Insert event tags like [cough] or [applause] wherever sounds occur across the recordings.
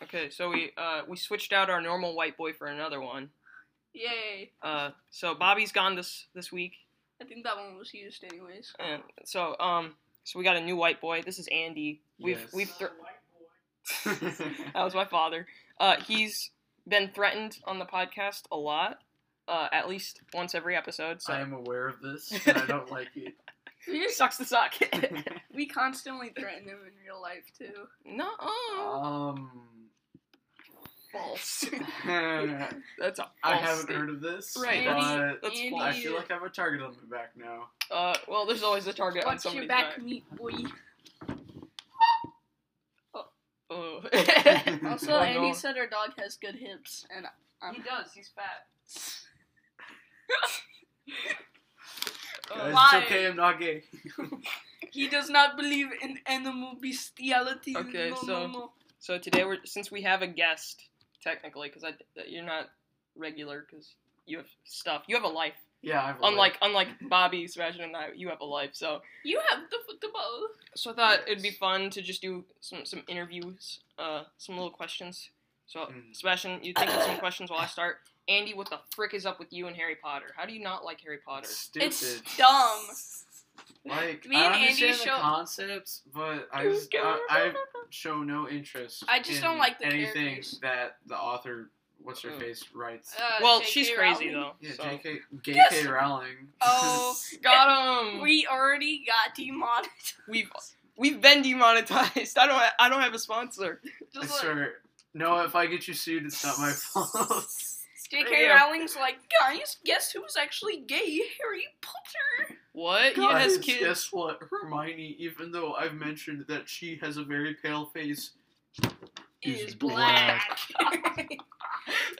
Okay, so we uh, we switched out our normal white boy for another one. Yay. Uh, so Bobby's gone this this week, I think that one was used anyways. and so um so we got a new white boy. This is Andy. We've Yes. we've thr- [laughs] That's that was my father. Uh, he's been threatened on the podcast a lot, uh, at least once every episode. So I am aware of this, and I don't like it. We, just, sucks to suck. [laughs] we constantly threaten him in real life too. no, [laughs] Um, false. I That's a false haven't statement. heard of this, Right, that's- but That's Andy, I false. feel like I have a target on my back now. [laughs] Uh, well, there's always a target on Watch your somebody's back, back. meat [laughs] boy. Oh. [laughs] [laughs] Also, Oh, Andy no. said our dog has good hips, and I'm does. He's fat. Guys, why? it's okay, I'm not gay. he does not believe in animal bestiality. Okay, no, so- no, no. So today we're since we have a guest technically because I you're not regular because you have stuff you have a life Yeah, I've unlike unlike Bobby Sebastian and I you have a life so you have the football. so I thought it'd be fun to just do some some interviews uh some little questions so Mm. Sebastian you think of some questions while I start Andy what the frick is up with you and Harry Potter how do you not like Harry Potter stupid. It's dumb. Like Me I and Andy understand the show- concepts, but I just I, I show no interest. I just in don't like the anything characters. Oh. that the author, what's her Mm. face, writes. Uh, well JK she's crazy Rowling. though yeah, so. J.K. Gay Yes. K. Rowling. [laughs] Oh, got him we already got demonetized. [laughs] we've we've been demonetized [laughs] I don't I don't have a sponsor. I Just like, swear. No, if I get you sued, it's not [laughs] my fault. J.K. Yeah. Rowling's like, guys, guess who's actually gay? Harry Potter. What? he Guys, has kids. guess what? Hermione, even though I've mentioned that she has a very pale face, He's Is black. [laughs] [laughs]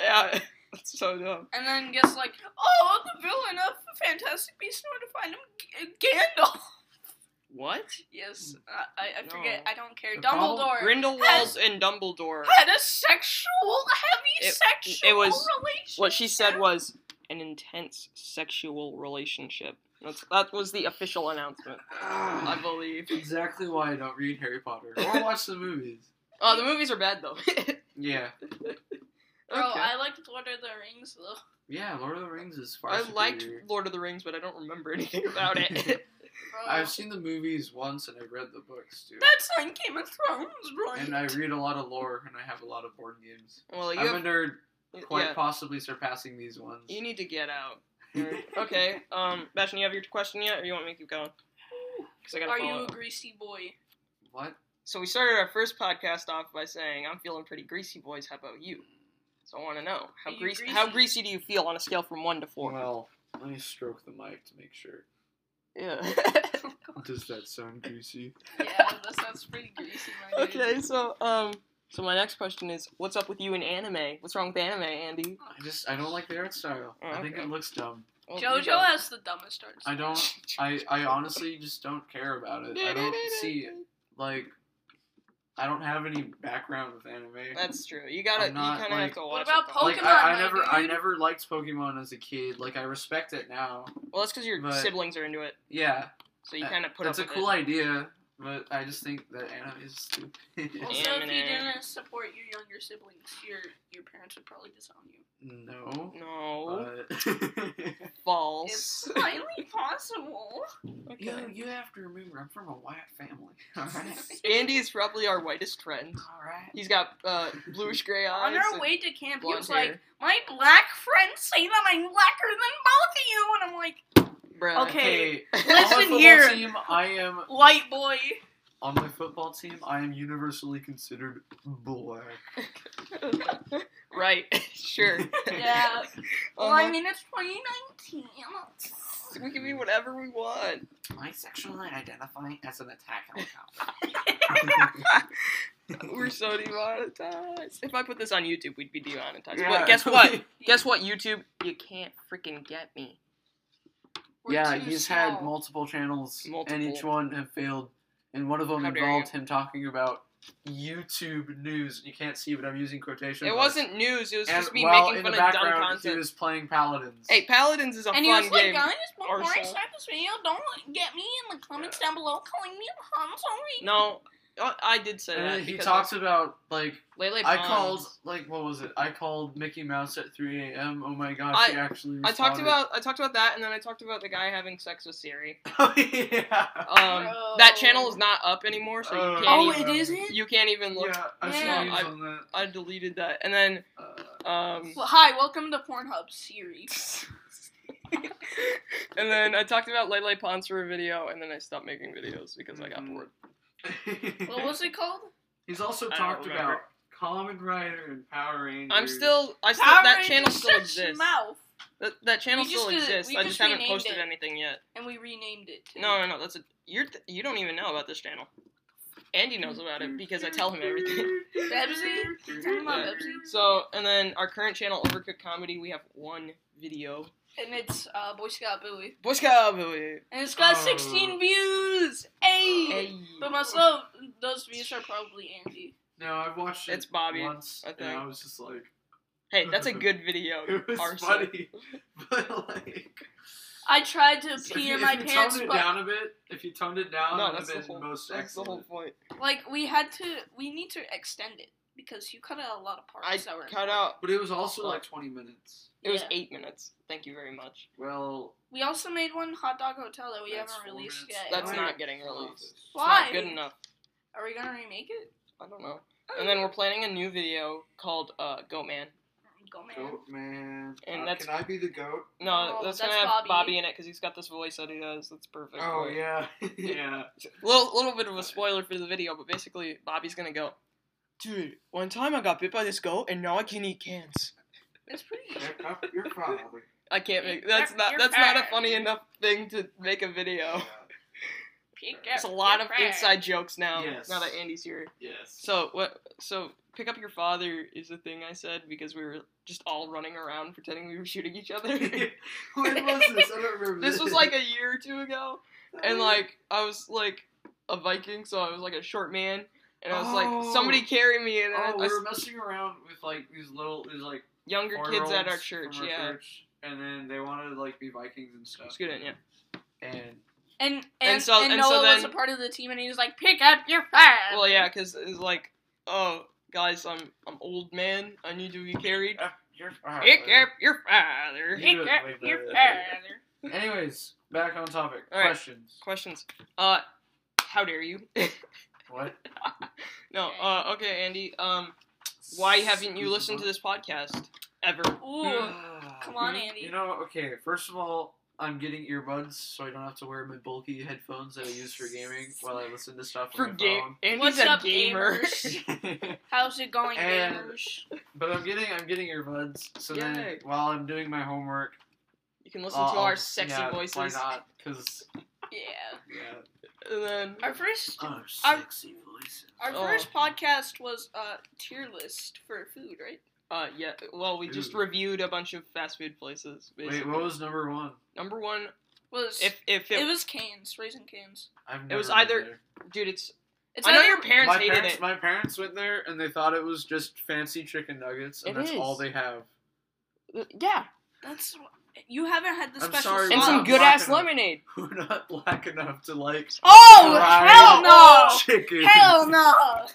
Yeah, that's so dumb. and then guess like, oh, the villain of Fantastic Beasts and Where to Find Him, G- Gandalf. [laughs] What? Yes, I, I, I forget. No. I don't care. The problem- Dumbledore Grindelwald and Dumbledore. had a sexual, heavy It- sexual it was- relationship. What she said was an intense sexual relationship. That's, that was the official announcement, I Ah, believe. exactly why I don't read Harry Potter [laughs] or watch the movies. Oh, the movies are bad though. [laughs] Yeah, Bro, Okay. I liked Lord of the Rings though. yeah. Lord of the Rings is far I liked superior. Lord of the Rings, but I don't remember [laughs] anything about [laughs] it. Bro, I've seen the movies once and I've read the books too. that's like Game of Thrones, bro. And I read a lot of lore and I have a lot of board games. well, you, I'm have, a nerd, quite yeah, possibly surpassing these ones. you need to get out. [laughs] okay, um, Bashan, you have your question yet, or you want me to keep going? Because I gotta Are follow you a up. greasy boy? What? So we started our first podcast off by saying, "I'm feeling pretty greasy, boys. How about you?" So I want to know how Are you greasy, greasy? how greasy do you feel on a scale from one to four? Well, let me stroke the mic to make sure. yeah. [laughs] Does that sound greasy? Yeah, that sounds pretty greasy, my dude. okay, so um, so my next question is, what's up with you in anime? What's wrong with anime, Andy? I just I don't like the art style. Oh, I think okay. it looks dumb. Well, you JoJo go. has the dumbest arts. I don't. I I honestly just don't care about it. I don't [laughs] see it. Like, I don't have any background with anime. That's true. You gotta, I'm not, you kind of like- have to What watch. about it, though. Pokemon? like I, I my never I dude. never liked Pokemon as a kid. Like I respect it now. Well, that's because your But- siblings are into it, Yeah, so you That- kind of put that's a up with cool it. idea, but I just think that anime is stupid. [laughs] Also, if you Anime. didn't support your younger siblings, your your parents would probably disown you. no. No, But [laughs] false. It's [laughs] highly possible. Okay. you, you have to remember, I'm from a white family. [laughs] All right. [laughs] [laughs] Andy is probably our whitest friend. All right. He's got uh, bluish gray eyes. On our and way to camp, he blonde was like, hair. "My black friends say that I'm blacker than both of you," and I'm like, Bruh. [laughs] Okay. Hey, on my Listen football here. team, I am "White boy." on my football team. I am universally considered [laughs] black. right. [laughs] [laughs] sure. Yeah. well, Uh-huh. I mean, it's 2019. we can be whatever we want. I sexually identify as an attack [laughs] We're so demonetized. If I put this on YouTube, we'd be demonetized. Yeah. But guess [laughs] [laughs] what? guess what? YouTube, you can't freaking get me. We're yeah, too he's small. had multiple channels, and each Multiple. one have failed. And one of them How dare involved him talking about YouTube news. You can't see, but I'm using quotation. It marks. wasn't news. It was And just me while making in the fun of dumb background, He content. was playing Paladins. Hey, Paladins is a And he fun was like, game. guys, before I Arsenal. start this video, don't get me in the comments down below calling me a homophobe. no, Oh, I did say And that. then Uh, he because talks about like Lele I Pons. called like what was it? I called Mickey Mouse at 3 a.m. Oh my gosh, I- he actually. I talked responded. about I talked about that, and then I talked about the guy having sex with Siri. Oh [laughs] yeah. Um, Bro. that channel is not up anymore, so Uh, you Oh, can't. it isn't. even, you can't even look. Yeah, I see Yeah. views I- on that. I deleted that, and then Uh, um, Well, hi, welcome to Pornhub [laughs] series. and then I talked about Lele Pons for a video, and then I stopped making videos because I got Mhm. bored. what was it called? [laughs] He's also I don't talked about remember. Common Rider and Power Rangers. I'm still, I still, Power that Rangers channel still Shut your exists. Mouth, That, that channel We still just, uh, exists. we I just just haven't renamed posted it. anything yet. and we renamed it. to- No, no, no. That's a you're th- you don't even know about this channel. Andy knows Mm-hmm. about it because I tell him everything. [laughs] [laughs] Bebsy? Tell him about Yeah. Bebsy. So, and then our current channel, Overcooked Comedy, we have one video. And it's uh, Boy Scout Billy, Boy Scout Boy. and it's got Oh. 16 views. Hey. Hey. But myself, those views are probably Andy. No, I've watched it. It's Bobby, Once, I And I think. was just like, [laughs] Hey, that's a good video. it was Arson. [laughs] funny, [laughs] but like. I tried to if pee you, in my if you pants, toned it but down a bit, if you toned it down, No, it would that's have the been whole, most that's the excellent. whole point. like we had to, we need to extend it because you cut out a lot of parts I that were. cut out. But it was also Fuck. like 20 minutes. It was Yeah. eight minutes. Thank you very much. Well, We also made one hot dog hotel that we That's haven't four released minutes. yet. That's Are we- not getting released. It's Why? not good enough. Are we gonna remake it? I don't know. Oh. And then we're planning a new video called uh, Goat Man. Go man. goat man. And Uh, that's- can I be the goat? No, Oh, that's, that's gonna have Bobby. Bobby in it because he's got this voice that he does. That's perfect. Oh for it. [laughs] yeah, [laughs] yeah. Little little bit of a spoiler for the video, but basically Bobby's gonna go. Dude, one time I got bit by this goat and now I can eat cans. It's pretty good. Check up your father. [laughs] I can't make that's not You're that's not a fat. funny enough thing to make a video. Pick up It's a lot your of friend. inside jokes now. Yes. Now that Andy's here. Yes. [laughs] So what? So pick up your father is the thing I said because we were just all running around pretending we were shooting each other. [laughs] when was this? I don't remember. this was like a year or two ago, and like I was like a Viking, so I was like a short man, and I was Oh. like somebody carry me, and then [laughs] Oh, I, I we were s- messing around with like these little, these like younger kids at our four-year-olds church, from our yeah. church, and then they wanted to like be Vikings and stuff. Scoot in, yeah. And And and, And so- and and so Noah was a then- part of the team, and he was like, "Pick up your friend." Well, yeah, because it's like, oh guys, I'm I'm old man, I need to be carried. Ah, you're- ah, Pick whatever. up your father. Pick You do it up way better your than friend. I Anyways, back on topic. All right. Questions. Questions? Uh, how dare you? [laughs] What? no. Uh, okay, Andy. Um, why haven't you listened [sighs] to this podcast ever? Ooh, come on, Mhm. Andy. uh, You know, okay. First of all, I'm getting earbuds, so I don't have to wear my bulky headphones that I use for gaming while I listen to stuff For on my game, Andy's What's a up, gamer. gamers? phone. [laughs] How's it going, And- gamers? but I'm getting I'm getting earbuds, so then Yay. while I'm doing my homework, [laughs] you can listen I'll- to our I'll- sexy yeah, voices, Why not? Because Yeah. yeah, and then Our first our Our- sexy voices. our Oh. first podcast was uh tier list for food, right? uh, yeah. Well, we just Ooh. reviewed a bunch of fast food places. Basically. Wait, what was number one? number one? Was If if it, it, was Canes, Raisin Canes. I've It was never been either- there. dude, it's. It's I know either- your parents my hated parents, it. My parents went there and they thought it was just fancy chicken nuggets, and It that's all is. they have. [laughs] Uh, yeah, That's you haven't had the I'm special sorry, sauce. and Wow. some good ass Wow. lemonade. We're not black enough to like Oh Right. hell Oh, no! chicken. Hell no!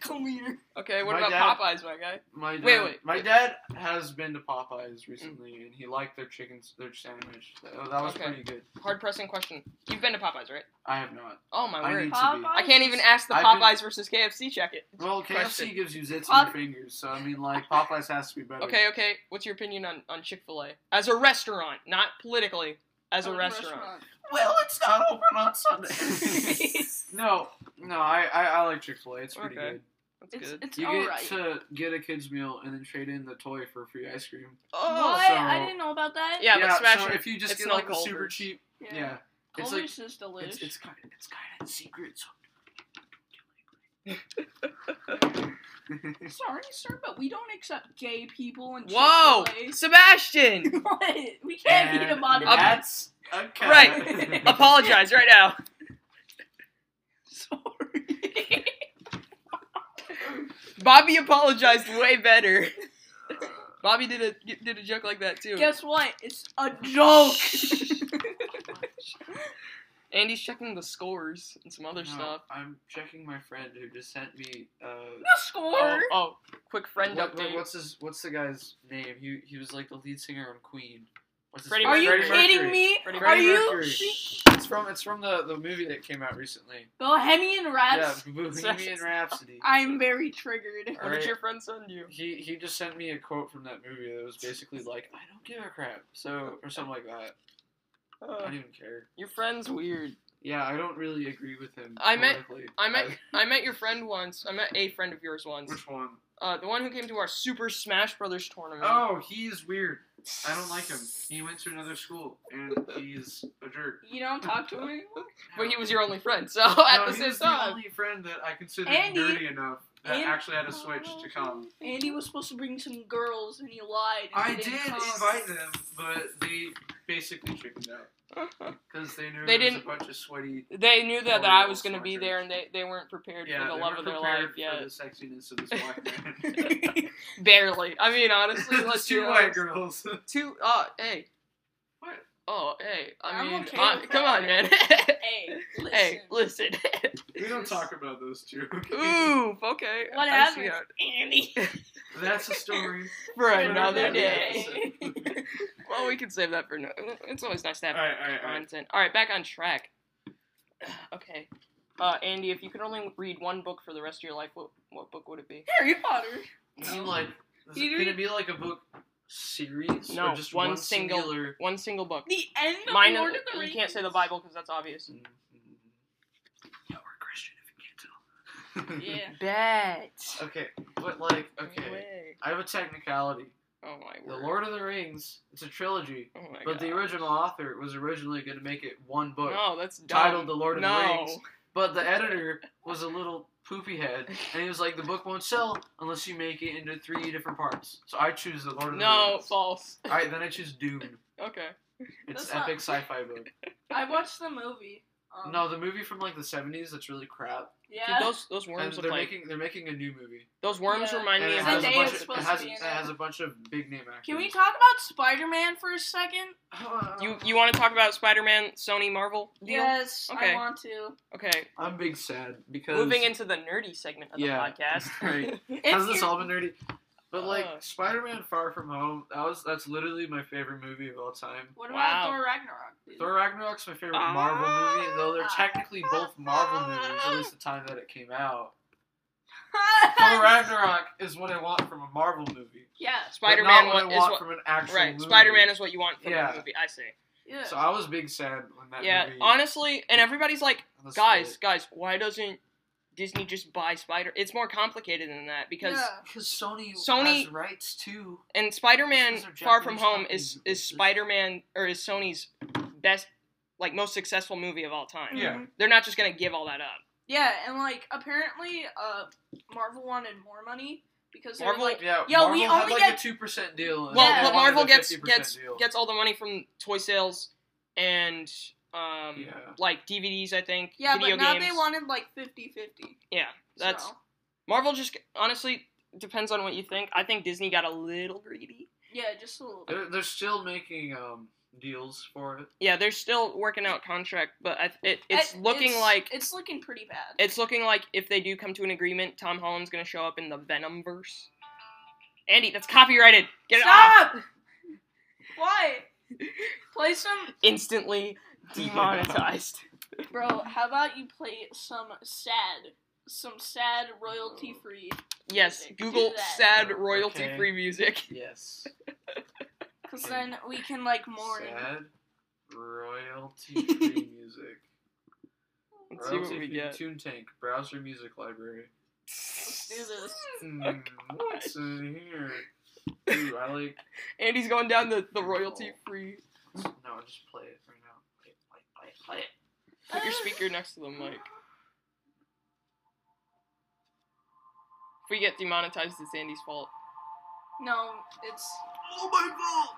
Come here. Okay, what My about dad- Popeyes, my guy? My dad, Wait, wait. Mm. my dad has been to Popeyes recently, and he liked their chicken, their sandwich. That, that was Okay. pretty good. Hard pressing question. You've been to Popeyes, right? I have not. Oh my I word! need to be. Popeyes [laughs] I can't even ask the I've been- Popeyes versus KFC check it. Well, KFC Question. gives you zits Pop- on your fingers, so I mean, like Popeyes has to be better. Okay, okay. What's your opinion on, on Chick fil A? As a restaurant, not politically, as a Oh, restaurant. [laughs] Well, it's not open [laughs] on Sunday. no, no, I, I, I like Chick Fil A. It's pretty Okay. good. That's It's good. it's You get alright. to get a kids meal and then trade in the toy for free ice cream. Oh! what? I so- didn't know about that. Yeah, but Smash so it. if you just It's get not like the super Culver's. cheap, yeah, it's like Culver's is delish. it's, it's kind of it's kind of secret. [laughs] So. [laughs] Sorry, sir, but we don't accept gay people in Whoa! Chick-fil-A. [laughs] Sebastian! What? we can't eat a And body. that- bag. That's [laughs] okay. Right. Apologize right now. [laughs] [laughs] Sorry. Bobby apologized way better. [laughs] Bobby did a did a [laughs] joke like that too. Guess what? It's a joke. Andy's checking the scores and some other No, stuff. I'm checking my friend who just sent me. Uh, The score. Oh, oh, quick friend what- what- update. what's his? What's the guy's name? He he was like the lead singer on Queen. What's his Freddie name? Are you Freddie kidding Mercury. me? Freddie Are you? Mercury. sh- It's from it's from the, the movie that came out recently. Bohemian Rhapsody. Yeah, Bohemian Rhapsody. I'm very triggered. what did Alright. your friend send you? He he just sent me a quote from that movie that was basically like, I don't give a crap. So or something like that. I Uh, don't even care. your friend's weird. Yeah, I don't really agree with him. I met- politically. I met I met your friend once. I met a friend of yours once. which one? Uh, the one who came to our Super Smash Brothers tournament. Oh, he's weird. I don't like him. He went to another school and he's a jerk. You don't talk to him anymore. But he was your only friend, so [laughs] No, at the he same was time. the only friend that I considered Andy- dirty enough that Andy- actually had a switch to come. [laughs] Andy was supposed to bring some girls, and he lied. and I he did didn't come. invite them, but they basically chickened out [laughs] because they knew They it was didn't- a bunch of sweaty. they knew that, that I was going to be there, and they, they weren't prepared Yeah, for the they love weren't of their prepared life yet. for the sexiness of [laughs] this black man. [laughs] Barely. I mean, honestly, let's two be white honest. girls. [laughs] Two. Oh, hey. What? Oh, hey. I I'm mean, okay I- with come that. on, man. [laughs] Hey, listen. hey, listen. [laughs] We don't talk about those two. Ooh, okay. What I see happened, it. Andy? [laughs] [laughs] That's [laughs] a story. For Right, now another they're day. dead. [laughs] Well, we can save that for no. It's always nice to have all right, all right, all right. content. All right, back on track. [sighs] okay. Uh, Andy, if you could only read one book for the rest of your life, what what book would it be? Harry Potter. Is it like, is You it gonna read- be like a book series? No, or just one one, single- singular. One single book. The end of Mine. Lord of the You Rings. can't say the Bible because that's [laughs] obvious. Yeah, we're Christian if you can't tell. Yeah. [laughs] Bet. Okay, but like, okay, I have a technicality. Oh my The word. Lord of the Rings, it's a trilogy, Oh my but the God. original author was originally going to make it one book No, that's dumb. titled The Lord of no. the Rings, but the editor was a little poopy head, and he was like, the book won't sell unless you make it into three different parts. So I choose The Lord of the No, Rings. false. All right, then I choose Dune. Okay. It's That's not- epic sci-fi book. I watched the movie. Um, No, the movie from like the '70s that's really crap. Dude, Yeah. those those And worms they're look like making they're making a new movie. those worms Yeah. remind And me it of has, a Zendaya bunch was of, it, supposed to has, be in it it. has a bunch of big name actors. Ah, Can [laughs] we talk about Spider-Man for a second? you you want to talk about Spider-Man, Sony, Marvel deal? Yes, Okay. I want to. Okay. I'm big sad because Moving into the nerdy segment of the Yeah, podcast. [laughs] [laughs] right. If Has this you're- all been nerdy? But like Ugh. Spider-Man: Far From Home, that was that's literally my favorite movie of all time. What Wow. about Thor Ragnarok? dude? [laughs] Thor Ragnarok's my favorite Marvel movie, though they're technically both Marvel movies, at least the time that it came out. Thor Ragnarok is what I want from a Marvel movie. yes. but Spider-Man not what I wa- is want what- from an actual right. movie. Spider-Man is what you want from Yeah. the movie. I see. Yeah. So I was big sad when that Yeah. movie. Honestly, and everybody's like, was guys, split. guys, why doesn't Disney just buy Spider? It's more complicated than that because Yeah. because Sony, Sony- has rights too. and Spider-Man These are Far From Japanese Home companies, is of is course. Spider-Man or is Sony's best like most successful movie of all time. Yeah. Mhm. They're not just going to give all that up. Yeah, and like apparently, uh, Marvel wanted more money because they Marvel- were like, Yeah, Yo, Marvel we had only like get- a two percent deal. and Well, they Yeah. but wanted Marvel a gets 50% gets deal. gets all the money from toy sales and um Yeah. like DVDs, I think, yeah, video but now games. they wanted like 50-50. yeah. That's so, Marvel just honestly depends on what you think. I think Disney got a little greedy. yeah, just a little. bit. They're, they're still making um, deals for it. Yeah, they're still working out contract, but I, it, it's It- looking it's- like it's looking pretty bad. It's looking like if they do come to an agreement, Tom Holland's gonna show up in the Venom verse. Andy, that's copyrighted. Get it off [laughs] Stop! Why? Play some, instantly. [laughs] Demonetized. bro. How about you play some sad, some sad royalty free? yes, Do Google that. sad royalty free Okay. music. Yes. Cause then we can like mourn. Sad [laughs] royalty free music. Let's see what we Royalty-free get. Tune Tank browser [laughs] music library. Let's do this. Hmm, what's in here? Ooh, I like. Andy's going down the, the royalty free. No, just play it right now. Play it, play it, play it, play it. Uh, Put your speaker next to the mic. If we get demonetized, it's Andy's fault. No, it's Oh my god!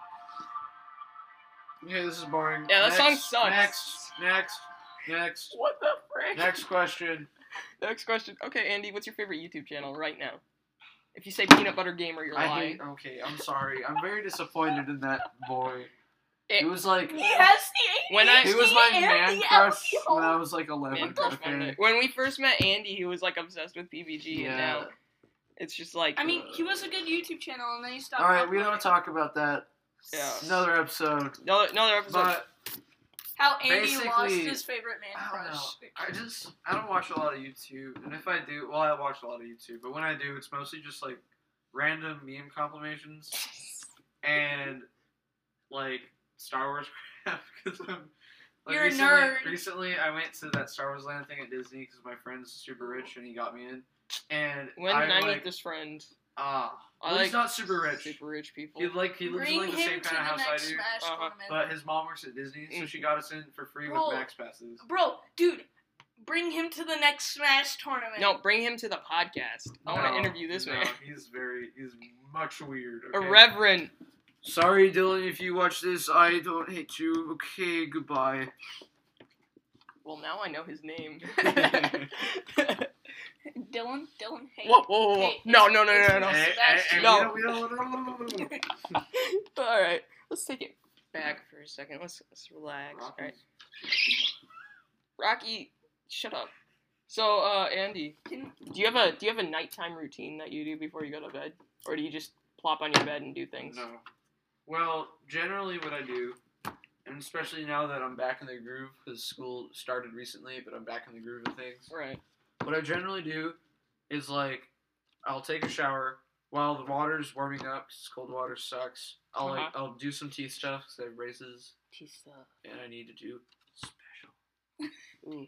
Okay, this is boring. Yeah, that next, song sucks. Next, next, next, What the frick? next question. Next question. Okay, Andy, what's your favorite YouTube channel right now? If you say Peanut Butter Gamer, you're I lying. hate. Okay, I'm sorry. I'm very disappointed in that boy. It was like He has the ADHD When I- he was my and man the crush alcohol. when I was like eleven. Man crush okay? Monday. When we first met Andy, he was like obsessed with PBG, and Yeah. now it's just like I mean, he was a good YouTube channel, and then he stopped. All right, we uploading. don't talk about that. Yeah. Another episode. another, another episode. But How Andy lost Basically, his favorite man I don't know. crush. Oh, I just I don't watch a lot of YouTube, and if I do, well, I watch a lot of YouTube, but when I do, it's mostly just like random meme [laughs] compilations and like Star Wars crap. [laughs] Because I'm like, You're a recently, nerd. Recently, I went to that Star Wars Land thing at Disney because my friend's super rich and he got me in. And when I'm did I like, meet this friend? ah, I well, like he's not super rich. Super rich people. He like he lives in Bring like the him same to kind the of house I next do. Smash Uh-huh. tournament. But his mom works at Disney, so she got us in for free with Bro. Max passes. Bro, dude, bring him to the next Smash tournament. No, bring him to the podcast. I want No, to interview this no, man. He's very, he's much weird. A okay? reverend. Sorry, Dylan, if you watch this, I don't hate you. Okay, goodbye. Well, now I know his [laughs] name. Dylan, Dylan, hey. whoa, whoa, whoa, whoa. Hey, No, it's- no, no, it's no, not- no. Eh, Hey. Sebastian. No. we don't- we don't- [laughs] we don't- All right, let's take it back for a second. Let's let's relax. All right, Rocky, shut up. So, uh, Andy, Can- do you have a do you have a nighttime routine that you do before you go to bed, or do you just plop on your bed and do things? No. Well, generally, what I do, and especially now that I'm back in the groove, because school started recently, but I'm back in the groove of things. Right. what I generally do is like I'll take a shower while the water's warming up 'cause cold water sucks. I'll like Uh-huh. I'll do some teeth stuff because I have braces Teeth stuff. and I need to do special. Ooh.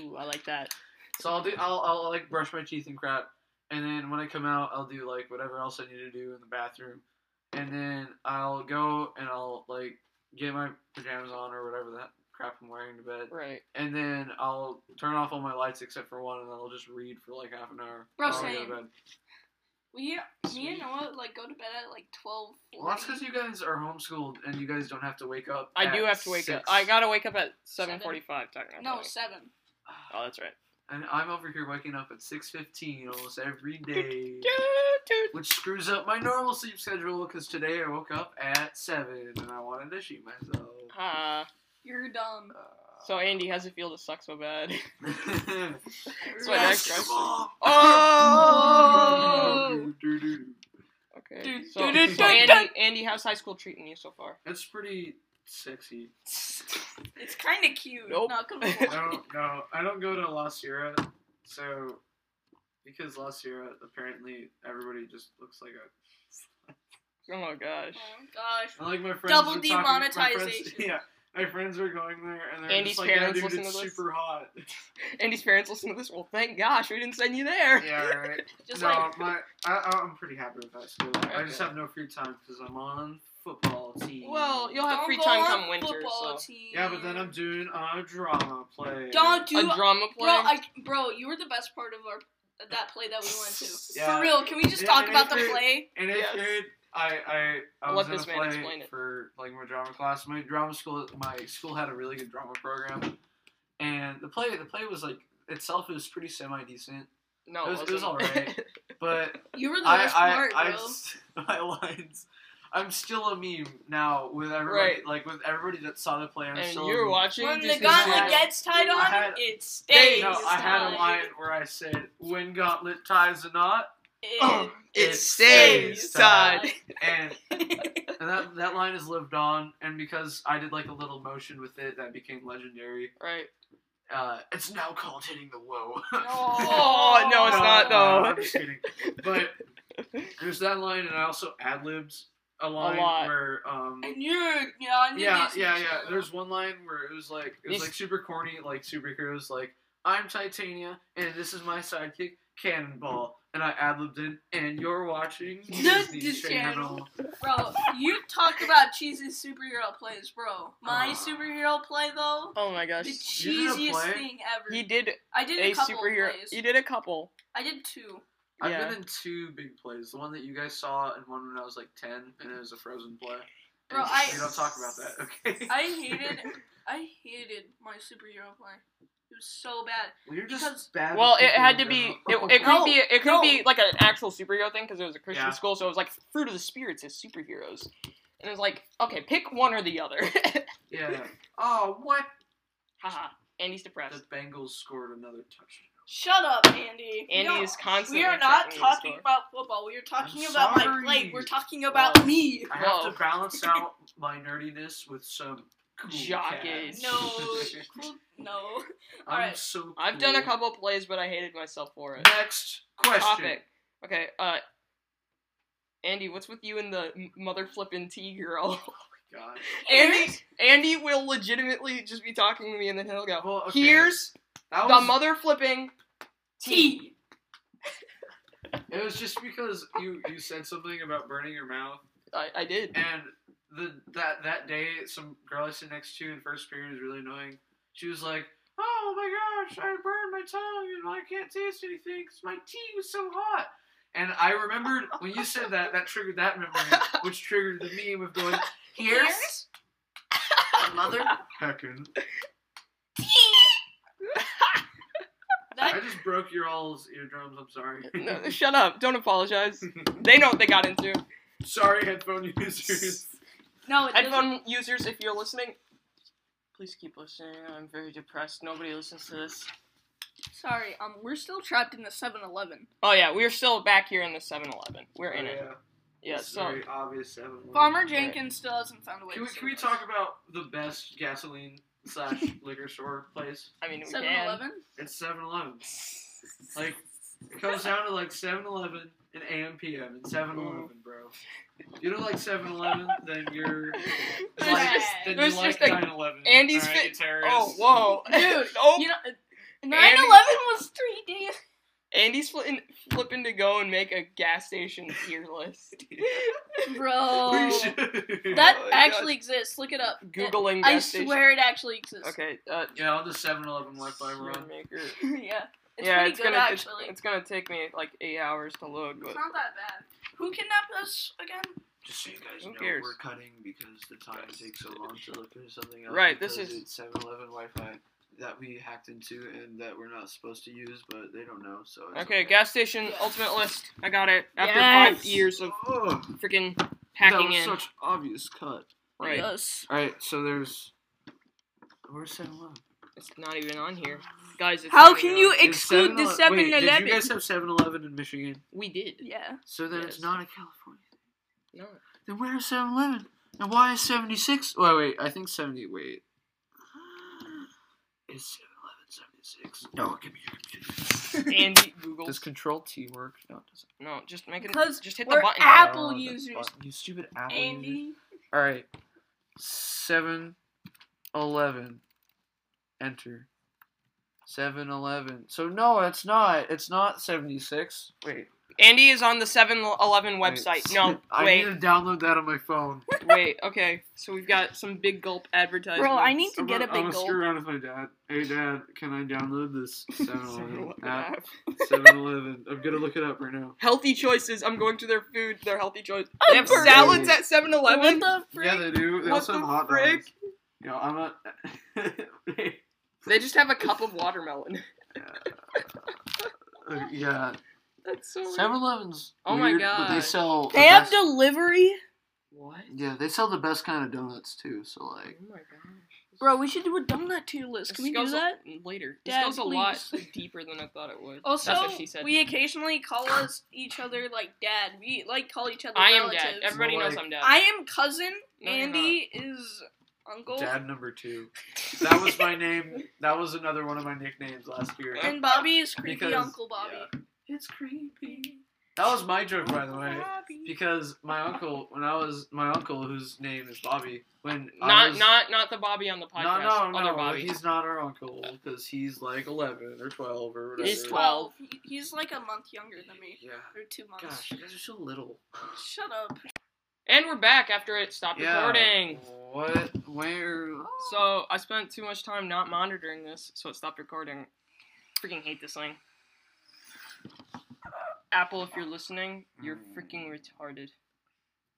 Ooh, I like that. So I'll do I'll, I'll like brush my teeth and crap, and then when I come out I'll do like whatever else I need to do in the bathroom, and then I'll go and I'll like get my pajamas on or whatever that crap I'm wearing to bed, Right. and then I'll turn off all my lights except for one, and then I'll just read for like half an hour. Bro, while I go to same. bed. We, me Sweet. and Noah, like, go to bed at, like, 12. Well, that's because you guys are homeschooled and you guys don't have to wake up. I at do have to wake up. six. I gotta wake up at Seven? seven forty-five. Technically. No, 7. Oh, that's right. [sighs] And I'm over here waking up at six fifteen almost [laughs] every day, which screws up my normal sleep schedule. Because today I woke up at seven and I wanted to shoot myself. Ha. You're dumb. So [laughs] Andy, how's it feel to suck so bad? [laughs] You're So my next question- dumb. Basketball. Oh! [laughs] Okay. Dude, so, dude, dude, so dude, Andy, Andy, how's high school treating you so far? That's pretty sexy. [laughs] It's kind of cute. Nope. Not gonna lie. I don't [laughs] no, I don't go to La Sierra, so because La Sierra apparently everybody just looks like a Oh gosh. Oh, gosh. And like my friends Double were talking- my friends- [laughs] demonetization. yeah, my friends were going there, and they're Andy's just like, "Yeah, parents dude, listen it's to this?" super [laughs] hot." [laughs] Andy's parents listen to this. Well, thank gosh we didn't send you there. yeah, right. Just no, like, my I, I'm pretty happy with that school. I just Okay. have no free time because I'm on football team. Well, you'll have don't free go time on come winter. football So team. yeah, but then I'm doing a drama play. Don't do a drama play. Bro, I, bro, you were the best part of our that play that we went to. Yeah. For real, can we just Yeah, talk and about if the you're- play? And it, Yes. it I I I I'll was let in a this man explain play it. for like my drama class. My drama school, my school had a really good drama program, and the play the play was like itself is pretty semi decent, no, it was- it was wasn't. alright. but You were the I, best I, part, I, bro. s- [laughs] my lines. I'm still a meme now with everybody, Right. like with everybody that saw the play. I'm [laughs] and still. you're a meme. watching. when the just- gauntlet had- gets tied on, I had- it Hey, stays. No, I had tied. a line where I said, "When gauntlet ties a knot," [clears throat] It, It stays stays tied." [laughs] tied. and and that that line has lived on. And because I did like a little motion with it, that became legendary. Right. Uh, it's now called hitting the woe. Oh, no, it's No, not, though. [laughs] no, I'm just kidding. [laughs] But there's that line, and I also ad libs a line lot. where um. And you're, you know, and you're Yeah, decent. yeah, yeah. There's one line where it was like it was These- like super corny, like superheroes, like I'm Titania and this is my sidekick Cannonball, and I ad libbed it, and you're [laughs] watching The Disney Channel. Channel. bro. You talk about cheesy superhero plays, bro. My Uh. superhero play though, Oh my the gosh. You did a cheesiest play? thing ever. He did I did a, a couple superhero. plays. You did a couple. I did two. I've Yeah. been in two big plays. The one that you guys saw, and one when I was like ten, and it was a Frozen play. Bro, And I- we don't talk about that, okay? [laughs] I [laughs] hated, I hated my superhero play. It was so bad. well, you're just because- bad. Well, with it people had in to be. [laughs] It, general. it couldn't No, be. It couldn't no. be like an actual superhero thing because it was a Christian Yeah. school, so it was like fruit of the spirits as superheroes. And it was like, okay, pick one or the other. [laughs] [laughs] Yeah. Oh, what? Haha. Andy's depressed. The Bengals scored another touchdown. Shut up, Andy. We Andy don't- is constantly. We are not checking the talking score. about football. We are talking I'm about my sorry. play. We're talking about Well, me. I have Whoa. to [laughs] balance out my nerdiness with some cool cats. Jockeys. [laughs] [laughs] No, cool- no. I'm Alright. so. Cool. I've done a couple of plays, but I hated myself for it. Next question. Topic. Okay. Uh, Andy, what's with you and the m- mother flippin' T girl? [laughs] God. Andy, Andy will legitimately just be talking to me, and then he'll go, Well, okay. "Here's That the was, mother flipping T." T. It was just because you you said something about burning your mouth, I, I did. and the that that day, some girl I sit next to in first period was really annoying. She was like, "Oh my gosh, I burned my tongue and I can't taste anything because my tea was so hot." And I remembered when you said that, that triggered that [laughs] memory, which triggered the meme of going, "Here's Here's the mother heckin'." T. I That just broke your all's eardrums. I'm sorry. No, shut up! Don't apologize. They know what they got into. [laughs] sorry, headphone [laughs] users. no, it doesn't. Headphone users, if you're listening, please keep listening. I'm very depressed. Nobody listens to this. Sorry, um, we're still trapped in the 7-Eleven. Oh yeah, we're still back here in the 7-Eleven. We're in it. Oh, Yeah. Yeah. It's So very obvious. everyone. Farmer Jenkins still hasn't found a way. Can to we, save can we us. talk about the best gasoline slash liquor store place? I mean, we can. [laughs] 7-Eleven. It's 7-Eleven. Like it comes down to like 7-Eleven and AM PM and 7-Eleven, bro. If you don't like 7-Eleven, then [laughs] you're There's like, Right. just- then there's you just like a- 9-11. Andy's alright, you fit- terrorists. Oh [laughs] whoa, Dude, oh, You know, 9-11 Andy- was three days. Andy's flipping flipping to go and make a gas station tier [laughs] list. Bro. [laughs] We should. That Oh my actually exists. Look it up. Googling I gas station. swear it actually exists. Okay. Uh, yeah, all the 7-Eleven Wi-Fi we're on. maker. [laughs] yeah. It's yeah, pretty it's good gonna it's, actually. it's gonna take me like eight hours to load, but It's not that bad. Who kidnapped us again? Just so you guys Who know, cares? we're cutting because the time takes so long to look into something up. Right, this because is- it's 7-Eleven Wi-Fi that we hacked into and that we're not supposed to use, but they don't know, so. It's Okay, gas station ultimate list. I got it. After Yes. five years of Oh, freaking that hacking was in. such obvious cut. right. Yes. All right, so there's. Where's 7-Eleven? It's not even on here. Guys, it's How not can even you on- There's exclude the 7-Eleven. 7 Wait, Did Eleven? you guys have 7-Eleven in Michigan? We did. Yeah. So then Yes. it's not a California. No. Then where's 7-Eleven? And why is 76? Wait, wait, I think [gasps] 70, wait. Is 7-Eleven 76? No, give me [laughs] your computer. Andy Google. Does Control T work? No, it doesn't. No, just make it. Because Just hit the we're button. at- Apple Oh, the users. button. You stupid Apple users. Andy. Alright. 7 11. Enter. 7 11. So, no, it's not. It's not 76. Wait. Andy is on the 7-Eleven wait. website. [laughs] No, I wait, need to download that on my phone. wait. Okay, so we've got some big gulp advertisement. Bro, I need to [laughs] get a I'm big gonna goal. screw around with my dad. Hey, dad, can I download [laughs] this 7 Eleven 7-Eleven app? app. 7 Eleven. I'm gonna look it up right now. Healthy choices. I'm going to their food. Their healthy choice. A They have burger. salads at 7-Eleven. What the Yeah, frick? they do. They What also the have hot frick? dogs. You know, I'm [laughs] not. They just have a cup of watermelon. [laughs] uh, yeah. That's so. 7 Eleven's. Oh my But they God. sell. the They have best- delivery? What? Yeah, they sell the best kind of donuts too. So Oh like, my gosh. Bro, we should do a donut tier list. This Can we do goes a- that? later? Dad, this goes a lot [laughs] deeper than I thought it would. Also, That's what she said. we occasionally call us each other like dad. We like call each other I am relatives. dad. Everybody knows like, I'm dad. I am cousin. No, you're Andy is uncle. dad number two. That was my name. That was another one of my nicknames last year. And Bobby is creepy Because- Uncle Bobby. yeah. It's creepy. That was my joke, by the way. Because my uncle, when I was my uncle, whose name is Bobby, when I not was, not not the Bobby on the podcast. no, no, other no, Bobby. he's not our uncle because he's like eleven or twelve or whatever. He's He's 12. 12. He- He's like a month younger than me. Yeah. Or two months. Gosh, you guys are so little. Shut up. And we're back after it stopped recording. What? Where? So I spent too much time not monitoring this, so it stopped recording. Freaking hate this thing. Apple, if you're listening, you're Mm. freaking retarded.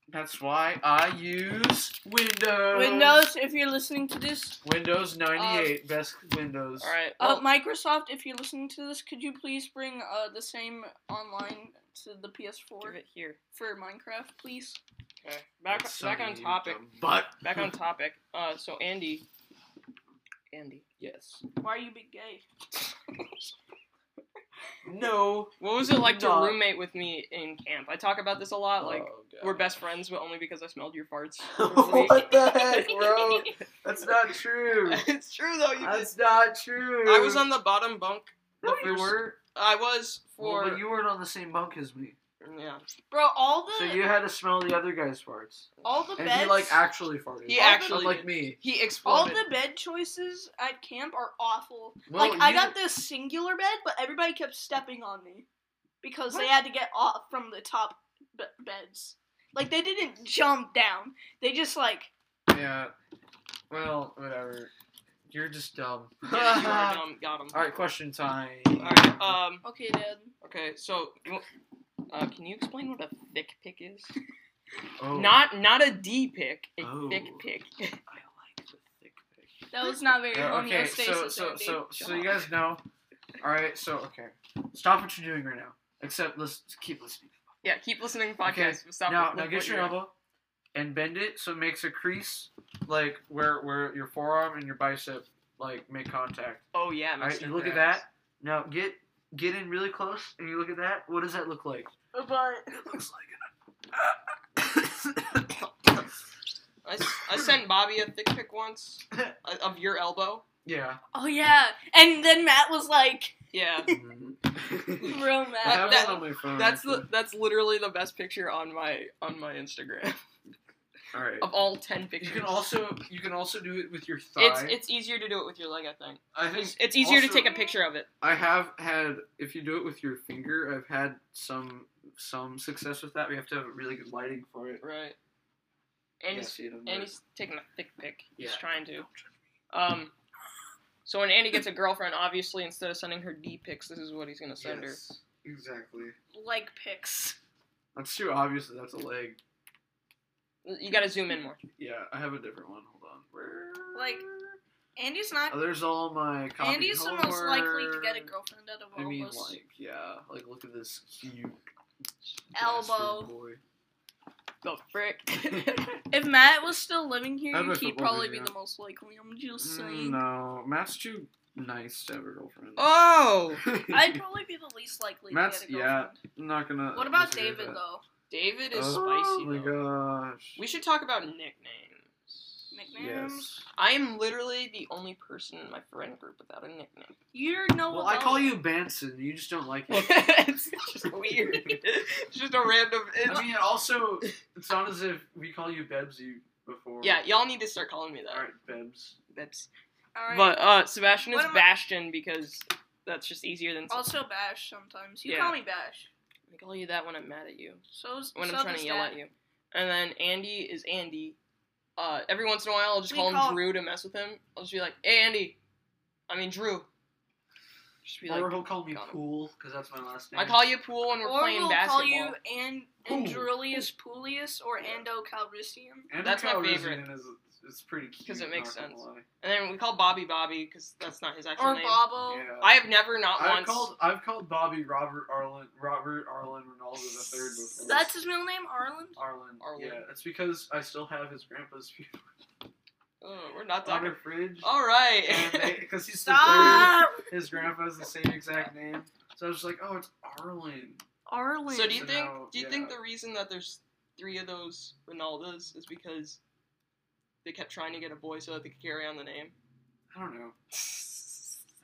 That's why I use Windows. Windows, if you're listening to this, Windows 98, best Windows. Uh, All right. well, uh, Microsoft, if you're listening to this, could you please bring uh, the same online to the PS4 give it here. for Minecraft, please? Okay. Back That's back something on you topic. dumb Butt. [laughs] Back on topic. Uh, so Andy, Andy. yes. Why are you big gay? No. What was it like to Not- roommate with me in camp? I talk about this a lot. Like Oh, God. we're [laughs] best friends, but only because I smelled your farts. what the [laughs] [laughs] heck, bro? That's not true. it's true though. You That's not true. I was on the bottom bunk. No, the you first- were. I was for Well, but you weren't on the same bunk as me, yeah. Bro, all the Mm. so you had to smell the other guy's farts, all the and beds he like actually farted. He All the- actually like did. me. he all exploded. the bed choices at camp are awful. Well, like I you- got this singular bed, but everybody kept stepping on me because they had to get off from the top be- beds. Like they didn't jump down; they just like Yeah. Well, whatever. You're just dumb. [laughs] yeah, [laughs] you are dumb. Got him. All right, question time. Alright, Um. okay, Dad. Okay. So, you- uh, can you explain what a thick pick is? Oh, Not not a D pick. A Oh. thick pick. I like the thick pick. That was not very Yeah, okay, so homeostasis. so Andy. so so you Shut guys know. All right, so okay, stop what you're doing right now. Except let's keep listening. yeah. Keep listening to podcasts. Okay, but Stop now, with- now with get what your you're- elbow and bend it so it makes a crease, like where where your forearm and your bicep like make contact. Oh yeah. All right, you look at that. Now get get in really close and you look at that. What does that look like? but It looks like I, s- I sent Bobby a thick pick once uh, of your elbow. yeah. oh yeah, and then Matt was like, Yeah. [laughs] Mhm. real I Mm-hmm. Matt. have that- one on my phone. That's the that's literally the best picture on my on my Instagram [laughs] all right. of all ten You Oh, pictures. can also you can also do it with your thigh. It's it's easier to do it with your leg, I think. I think It's, it's easier to also- take a picture of it. I have had if you do it with your finger, I've had some some success with that. We have to have really good lighting for it. Right. And he's, see it on and there. he's taking a thick pic. He's Yeah. trying to. Um. So when Andy gets a girlfriend, obviously instead of sending her D pics, this is what he's gonna send her. Yes, exactly. Leg pics. That's too obvious that that's a leg. You gotta zoom in more. Yeah, I have a different one. Hold on. Where? Like, Andy's not. Oh, there's all my. Copy Andy's the most likely to get a homework. girlfriend out of I all mean, of us. like, yeah, like look at this cute bastard Elbow. boy. The frick. [laughs] If Matt was still living here, I have a he'd football probably be video. the most likely. I'm just Mm, saying. no, Matt's too nice to have a girlfriend. [laughs] oh, [laughs] I'd probably be the least likely Matt's- uh, to get a girlfriend. I'm not gonna. What about disagree with David that. though? David is Oh spicy. my though. gosh. We should talk about nicknames. Nicknames? Yes. I am literally the only person in my friend group without a nickname. You know Well, what? I call you Banson. You just don't [laughs] like [laughs] it. it's just weird. It's just a [laughs] random. I It's, mean, also, it's not as if we call you Bebsy before. yeah, y'all need to start calling me All that. right, Bebs. That's- Alright. But uh, Sebastian is What am I- Bastion because that's just easier than. also Bash sometimes. You Yeah. call me Bash. I call you that when I'm mad at you, So's when so I'm trying to yell at you. And then Andy is Andy. Uh, every once in a while, I'll just We call him call- Drew to mess with him. I'll just be like, "Hey, Andy." I mean, Drew. Just be like, Or he'll call me got him. Pool because that's my last name. I call you Pool when we're Or playing we'll basketball. call you and Ooh. Andrulius Pulius or Ando Calrissian. And That's my Mikhail favorite. Rizin Is, it's pretty cute. 'Cause it makes not gonna sense. lie. And then we call Bobby Bobby because that's not his actual Or name. Bobbo. Yeah. I have never not I've once. called I've called Bobby Robert Arlen Robert Arlen Ronaldo the third before. That's his middle name, Arlen. Arlen. Arlen. Yeah, it's because I still have his grandpa's [laughs] feet Oh, we're not on talking. her fridge. All right. [laughs] Because he's the third, Stop! his grandpa's the same exact name. So I was just like, oh, it's Arlen. Arlen. so do you So think? now- Do you yeah. think the reason that there's three of those Ronaldos is because they kept trying to get a boy so that they could carry on the [laughs] name? I don't know.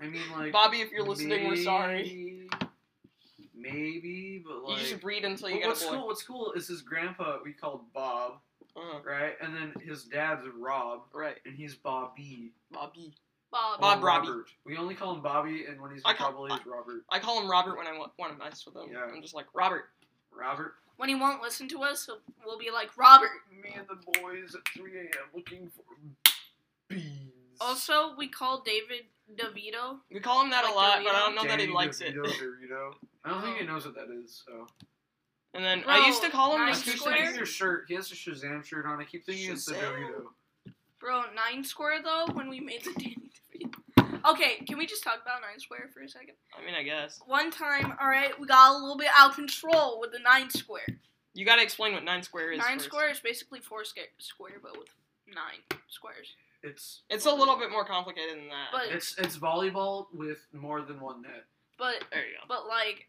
I mean, like Bobby, if you're listening, we're sorry. maybe- Maybe, but You like. just breed until but you get what's a boy. cool? What's cool is his grandpa we called Bob, Uh, right? And then his dad's Rob, right, and he's Bobby. Bobby. Bob. Bob Or Robbie. Robert. We only call him Bobby, and when he's I in call- trouble, he's Robert. I call him Robert when I want, want to mess with him. Yeah. I'm just like Robert. Robert. When he won't listen to us, he'll- we'll be like, Robert. Me and the boys at 3 a.m. looking for beans. Also, we call David DeVito. We call him that a Like lot, but I don't Dorito? know that he likes it. Oh. DeVito, Dorito. I don't think he knows what that is. So And then Bro, I used to call him nine I the Nice keep stupid- square? thinking your shirt. He has a Shazam shirt on. I keep thinking it's the Shazam. Dorito. Bro, Nine Square though, when we made the [laughs] Danny DeVito. Okay, can we just talk about Nine Square for a second? I mean, I guess. One time, alright, we got a little bit out of control with the Nine Square. You gotta explain what nine square is. Nine first. square is basically four sca- square, but with nine squares. It's It's a little bit more complicated than that. But- it's it's volleyball with more than one net. [laughs] But there you go. but like,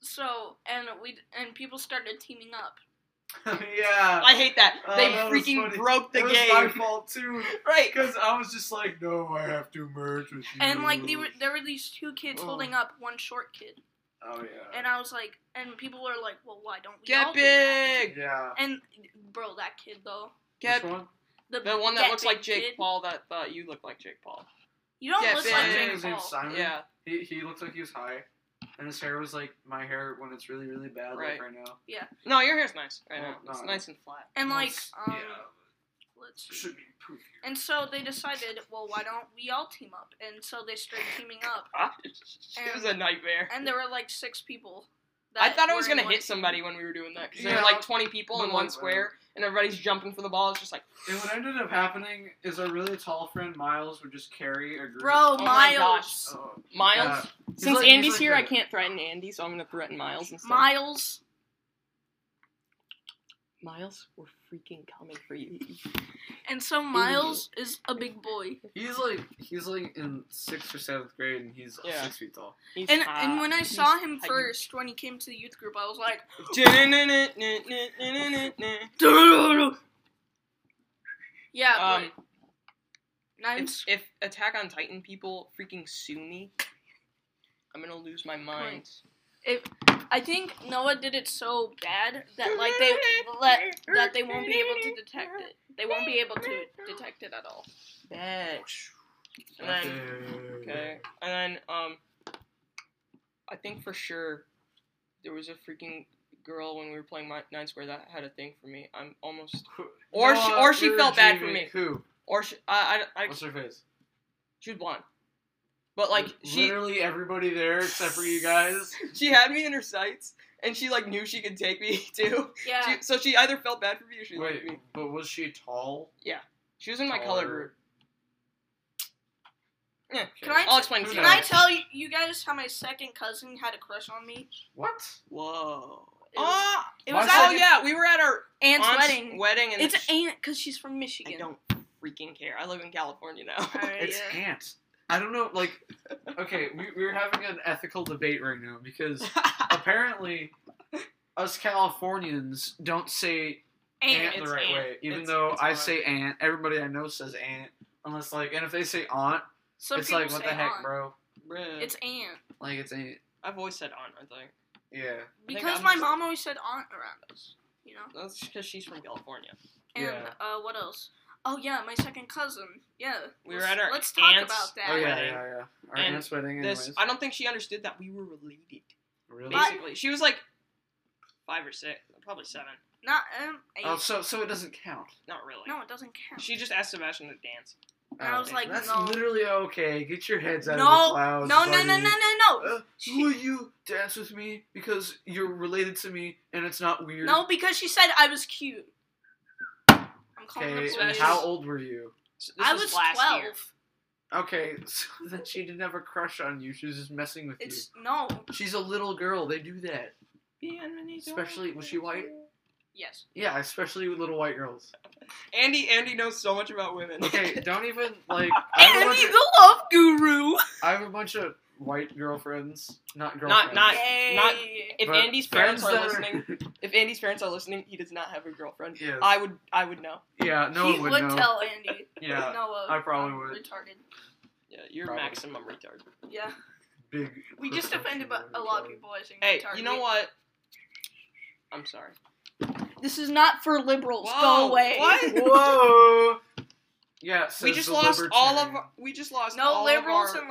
so and we and people started teaming up. yeah. I hate that. Oh, they that was freaking funny. broke the it was my game. fault too, Right. because I was just like, no, I have to merge with you. And like there were there were these two kids Oh. holding up one short kid, Oh yeah. and I was like, and people were like, well, why don't we all Get do that? big. yeah. And bro, that kid though, Get Which one? the one that get looks big like Jake kid. Paul. That thought you look like Jake Paul. You don't Get look big. like His Jake name's Paul. Simon. Yeah. He he looked like he was high, and his hair was like my hair when it's really really bad Right. like right now. No, your hair's nice right Oh, now. It's no. nice and flat. And like, It's- um, yeah, let's see. should be poofier. And so they decided, well, why don't we all team up? And so they started teaming up, it was a nightmare. and there were like six people. I thought I was were in gonna one hit team. somebody when we were doing that because there Yeah. were like 20 people in But, one like, square and everybody's jumping for the ball. It's just like, And what ended up happening is our really tall friend Miles would just carry a group. Bro, Oh my Miles. Oh, Miles. yeah. He's Since like- he's Andy's like here, I the- can't threaten Andy, so I'm gonna threaten Miles instead. Miles. Miles, we're freaking coming for you. And so Miles is a big boy. He's like he's like in sixth or seventh grade, and he's Yeah. six feet tall. He's And hot. and when I He's saw him hot. first, when he came to the youth group, I was like, [laughs] yeah, [laughs] um, but nine if, if Attack on Titan people freaking sue me, I'm gonna lose my mind. I think Noah did it so bad that like they let that they won't be able to detect it. They won't be able to detect it at all. Bitch. And then, okay, and then um, I think for sure there was a freaking girl when we were playing my, Nine Square that had a thing for me. I'm [laughs] almost, Or she- or she you're felt bad for dreaming. me. Who? or she, I, I, I, What's her face? she was blonde, but like she, literally everybody there except for you guys. [laughs] she had me in her sights, and she like knew she could take me [laughs] too. Yeah. She, so she either felt bad for me or she liked me. Wait, but was she tall? She was in my color Taller? group. Yeah. Can I I'll explain. Who to can you. I tell you- you guys how my second cousin had a crush on me? What? Whoa. It was- Ah, It My was oh at second- yeah, we were at our aunt's, aunt's wedding. and It's sh- an aunt because she's from I Michigan. don't freaking care. I live in California now. [laughs] Alright, It's yeah. ants. I don't know. Like, okay, we, we're having an ethical debate right now because [laughs] apparently us Californians don't say Aunt. aunt It's the right aunt. way. Even It's- though it's I odd. say aunt, everybody I know says aunt. Unless like, and if they say aunt, Some it's people like what say the heck, aunt. bro? Bruh. It's aunt Like it's aunt. I've always said aunt. I think Yeah. think because I'm my just- mom always said aunt around us. You know. that's because she's from California. And Yeah. uh, what else? Oh yeah, my second cousin. Yeah. We let's- were at our Let's talk aunt's- about that. Oh yeah, yeah, Wedding. yeah. Our And aunt's wedding. Anyways. This I don't think she understood that we were related. really. But- Basically, she was like five or six, probably seven. Not um. Aunt. Oh, so so it doesn't count. Not really. no, it doesn't count. She just asked Sebastian to dance. And I was like, Oh, that's no. literally okay. Get your heads out of No, the clouds. no, no, no, no, buddy. no, no. Uh, will you dance with me because you're related to me and it's not weird? No, because she said I was cute. I'm calling Okay, the and police. how old were you? So this I was last twelve. year. Okay, [laughs] so then she didn't have a crush on you. She was just messing with It's no. you. She's a little girl. They do that. Especially- was she white? Yes. Yeah, especially with little white girls. Andy, Andy knows so much about women. Okay, don't even like. I have, a Andy, bunch of, the love guru. I have a bunch of white girlfriends, not Not- not- girlfriends. not- Yay. if but Andy's parents are friends that listening, if Andy's parents are listening, he does not have a girlfriend. Yes. I would, I would know. Yeah, no he one would, know. tell Andy. [laughs] Yeah, Noah. I probably I'm would. Retarded. Yeah, you're Probably. maximum retard. Yeah. big. We [laughs] just offended professional a lot of retard. people by saying Hey, retarded. you know what? I'm sorry. This is not for liberals. Whoa, Go away. what? Whoa! [laughs] Yeah, we says just the lost all of. libertarian. Our, we just lost. No, all liberals of our and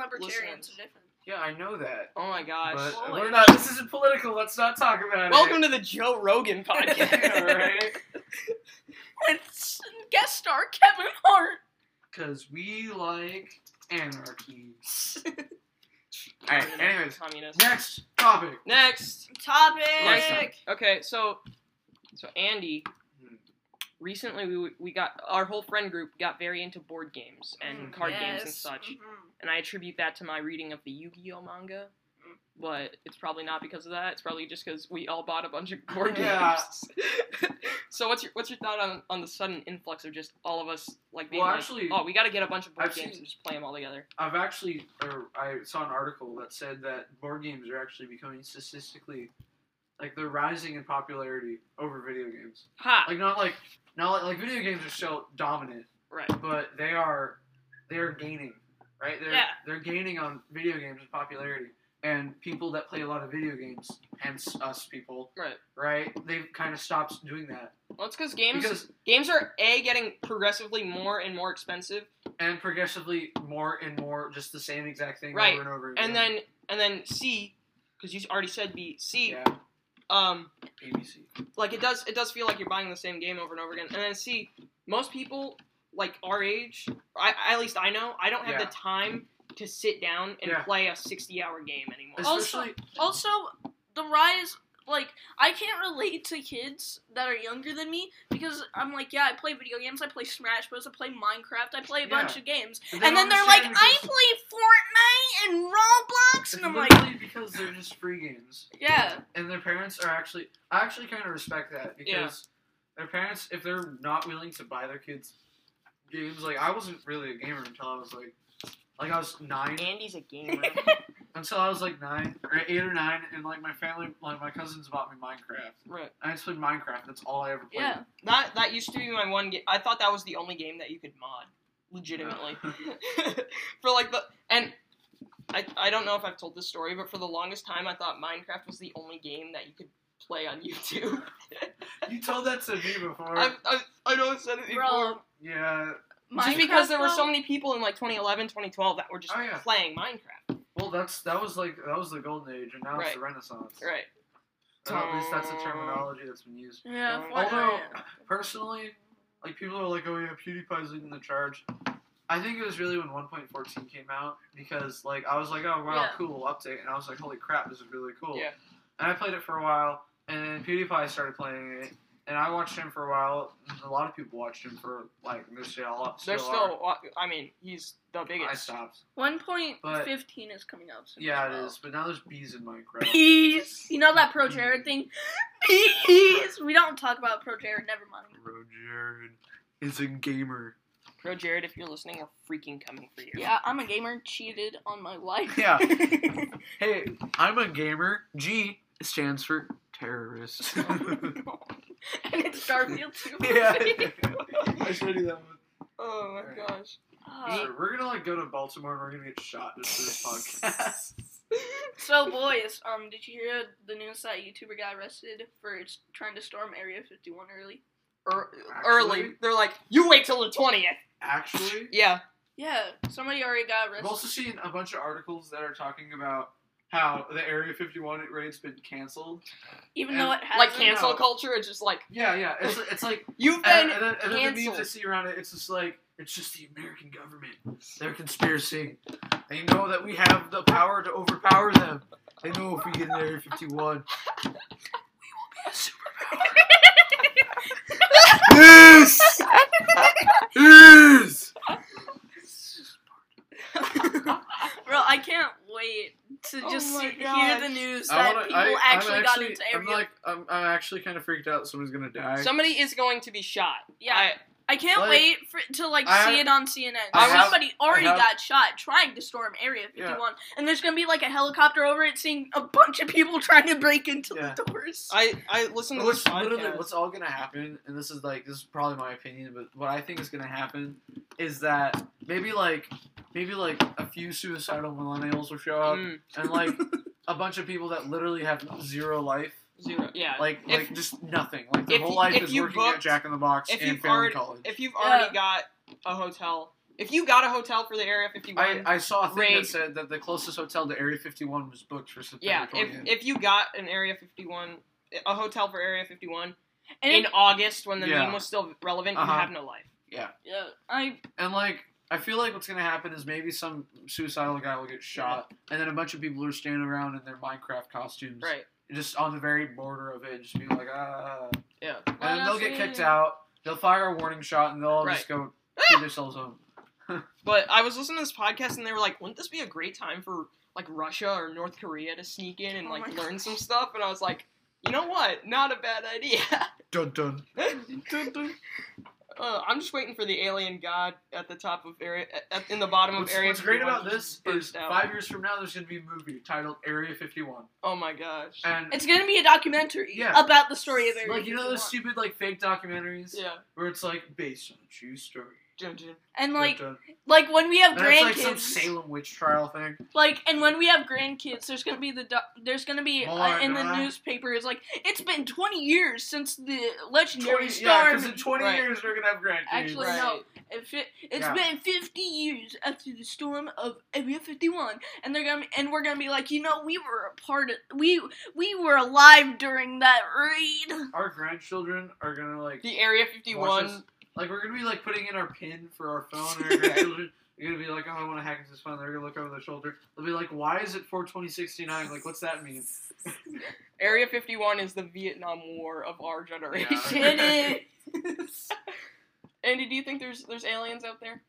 listeners. libertarians are different. Yeah, I know that. Oh my gosh! But Boy. we're not. This isn't political. Let's not talk about Welcome it. to the Joe Rogan [laughs] [laughs] podcast. Yeah, right? It's [laughs] guest star Kevin [laughs] Hart. Because we like anarchy. All Alright, anyways. communist. Next topic. Next. Topic. Okay, so, so Andy, Hmm. recently we we got our whole friend group got very into board games and Mm, Mm-hmm. card games and Yes. such. Mhm. and I attribute that to my reading of the Yu-Gi-Oh manga. Mm. but it's probably not because of that. It's probably just because we all bought a bunch [laughs] of board Yeah. games. [laughs] so what's your what's your thought on, on the sudden influx of just all of us like being Well, like, actually, oh we got to get a bunch of board I've games seen- and just play them all together? I've actually, or I saw an article that said that board games are actually becoming statistically, like they're rising in popularity over video games. Ha! Like not like, not like, like video games are still dominant, right. but they are, they are gaining, right? They're, Yeah. They're gaining on video games in popularity, and people that play a lot of video games, hence us people, Right. right? They've kind of stopped doing that Well, it's because games because games are a getting progressively more and more expensive, and progressively more and more just the same exact thing Right. over and over. Again. and then and then C, because you already said B, C. yeah, Um, ABC. like it does it does feel like you're buying the same game over and over again and then see most people like our age I, I- at least i know i don't have Yeah. the time to sit down and Yeah. play a 60 hour game anymore Oh, Especially Also, the rise, like, I can't relate to kids that are younger than me because I'm like, yeah, I play video games, I play Smash Bros, I play Minecraft, I play a bunch Yeah. of games. But and then don't they're like, understand I because play Fortnite and Roblox, it's and I'm like, [laughs] literally because they're just free games, yeah, and their parents are actually. I actually kind of respect that because their parents, if they're not willing to buy their kids games, like I wasn't really a gamer until I was like, like I was nine. andy's a [laughs] gamer [laughs] Until I was like nine or eight or nine, and like my family, like my cousins bought me Minecraft. right I just played Minecraft. That's all I ever played. yeah. that that used to be my one game i thought that was the only game that you could mod legitimately [laughs] [laughs] for like the and I, I don't know if I've told this story, but for the longest time I thought Minecraft was the only game that you could play on [laughs] YouTube. You told that to me before. I've, I've, I know I've said it before, Bro, yeah. just because there were Minecraft, so though, many people in like 2011 2012 that were just Oh, yeah. playing minecraft Well, that's that was like that was the golden age, and now it's the Renaissance. right Or at least Mm. that's the terminology that's been used. Yeah, Um, Fortnite, Although, yeah. personally, like people are like, "Oh yeah, PewDiePie's leading the charge." I think it was really when 1.14 came out because like I was like, "Oh wow, Yeah. cool update," and I was like, "Holy crap, this is really cool." Yeah. And I played it for a while, and then PewDiePie started playing it, and I watched him for a while. and A lot of people watched him for like this year. Still, there's are. still i mean he's the I biggest stopped. 1.15 is coming up. soon Yeah, as it well. is. But now there's bees in [laughs] Minecraft. Peace. You know that Pro Jared thing? Peace. We don't talk about Pro Jared. Never mind. Roger is a gamer. pro jared if you're listening we're freaking coming for you Yeah, I'm a gamer. Cheated on my life. [laughs] Yeah. Hey, I'm a gamer. G stands for [laughs] terrorist. and it's Garfield too. [laughs] Yeah. I showed you that one. oh Right. my gosh [laughs] Uh, So we're gonna like go to Baltimore and we're gonna get shot just [laughs] for this podcast. so boys, um, did you hear the news that a YouTuber got arrested for s- trying to storm Area 51 early? Ear- Actually- Er, early they're like you wait till the 20th Actually, yeah Yeah, somebody already got I've arrested. also seen a bunch of articles that are talking about how the Area 51 raid's been canceled. even and, though it has like cancel no. culture it's just like Yeah, yeah. It's, it's like you've and, been and then, and then the memes I canceled. see around it, it's just like it's just the American government. They're a conspiracy. They know that we have the power to overpower them. They know if we get in Area [laughs] 51. yes! Yes! [laughs] Bro, I can't wait to Oh just my see, hear gosh. the news I that wanna- people I- I'm actually, got into Area. I'm like, I'm, I'm actually kind of freaked out. that Someone's gonna uh, die. somebody is going to be shot yeah, I- I can't Like, wait for to like I- see it on CNN. I have- Somebody already I have- got shot trying to storm Area 51, and there's gonna be like a helicopter over it, seeing a bunch of people [laughs] trying to break into Yeah. the doors. i i listened to this What's literally podcast what's all gonna happen, and this is like this is probably my opinion, but what I think is gonna happen is that maybe like maybe like a few suicidal millennials will show up, Mm, and [laughs] like a bunch of people that literally have zero life, zero yeah like If- like just nothing, like their if- whole life if is you working at booked- Jack in the Box if and you've family already- college. if you've Yeah. already got a hotel, if you got a hotel for the Area 51, I, I saw a thing Raid. that said that the closest hotel to Area 51 was booked for yeah, September if, 20th. if you got an Area 51, a hotel for Area 51 and in it, August when the Yeah. meme was still relevant, Uh-huh. you have no life. yeah, I And like, I feel like what's gonna happen is maybe some suicidal guy will get shot, and then a bunch of people are standing around in their Minecraft costumes, Right. just on the very border of it, just be like, ah, Yeah. and then they'll get kicked Honestly. out. They'll fire a warning shot, and they'll all just go Ah! put themselves home. But I was listening to this podcast and they were like, wouldn't this be a great time for like Russia or North Korea to sneak in and Oh like my learn some stuff, and I was like, you know what? Not a bad [laughs] idea. Dun dun. Uh, I'm just waiting for the alien god at the top of area, at, in the bottom What's, of area. what's great 51 about this just is burst out. five years from now there's gonna be a movie titled Area 51, Oh my gosh. and It's gonna be a documentary Yeah. about the story of Area like you know 51. those stupid like fake documentaries yeah. where it's like based on a true story. Jim, Jim. and Dun, like dun. like when we have And it's like grandkids, some like, Salem witch trial thing. and when we have grandkids, there's gonna be the doc there's gonna be uh, More in the guy. newspapers like it's been 20 years since the legendary 20 yeah, star. because in 20 Right. years we're gonna have grandkids. Actually, Right. no. If it, it's Yeah. been 50 years after the storm of Area 51, and they're gonna be, and we're gonna be like, you know, we were a part of we we were alive during that [laughs] raid. our grandchildren are gonna like The Area Watch 51. this. like we're gonna be like putting in our pin for our phone [laughs] and our grandchildren. You're gonna be like, oh, I want to hack into this phone. They're gonna look over their shoulder. They'll be like, why is it 42069? Like, what's that mean? Area 51 is the Vietnam War of our generation. It is. [laughs] Andy, do you think there's there's aliens out there?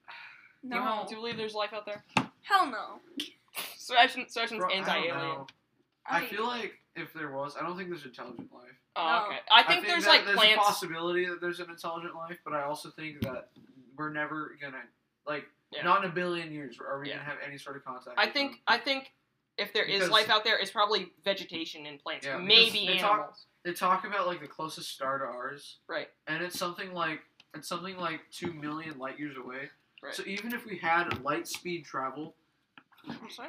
Do you- No. Do you believe there's life out there? Hell no. Sebastian, Sebastian's Bro, I don't anti-alien. know. I feel like if there was, I don't think there's intelligent life. Oh, No. okay. I think, there's that like there's a plants. possibility that there's an intelligent life, but I also think that we're never gonna like Yeah. not in a billion years are we Yeah. gonna have any sort of contact. I with think them. I think if there is Because- life out there, it's probably vegetation and plants, Yeah, because maybe they animals. talk- they talk about like the closest star to ours, Right. and it's something like it's something like two million light years away. Right. So even if we had light speed travel,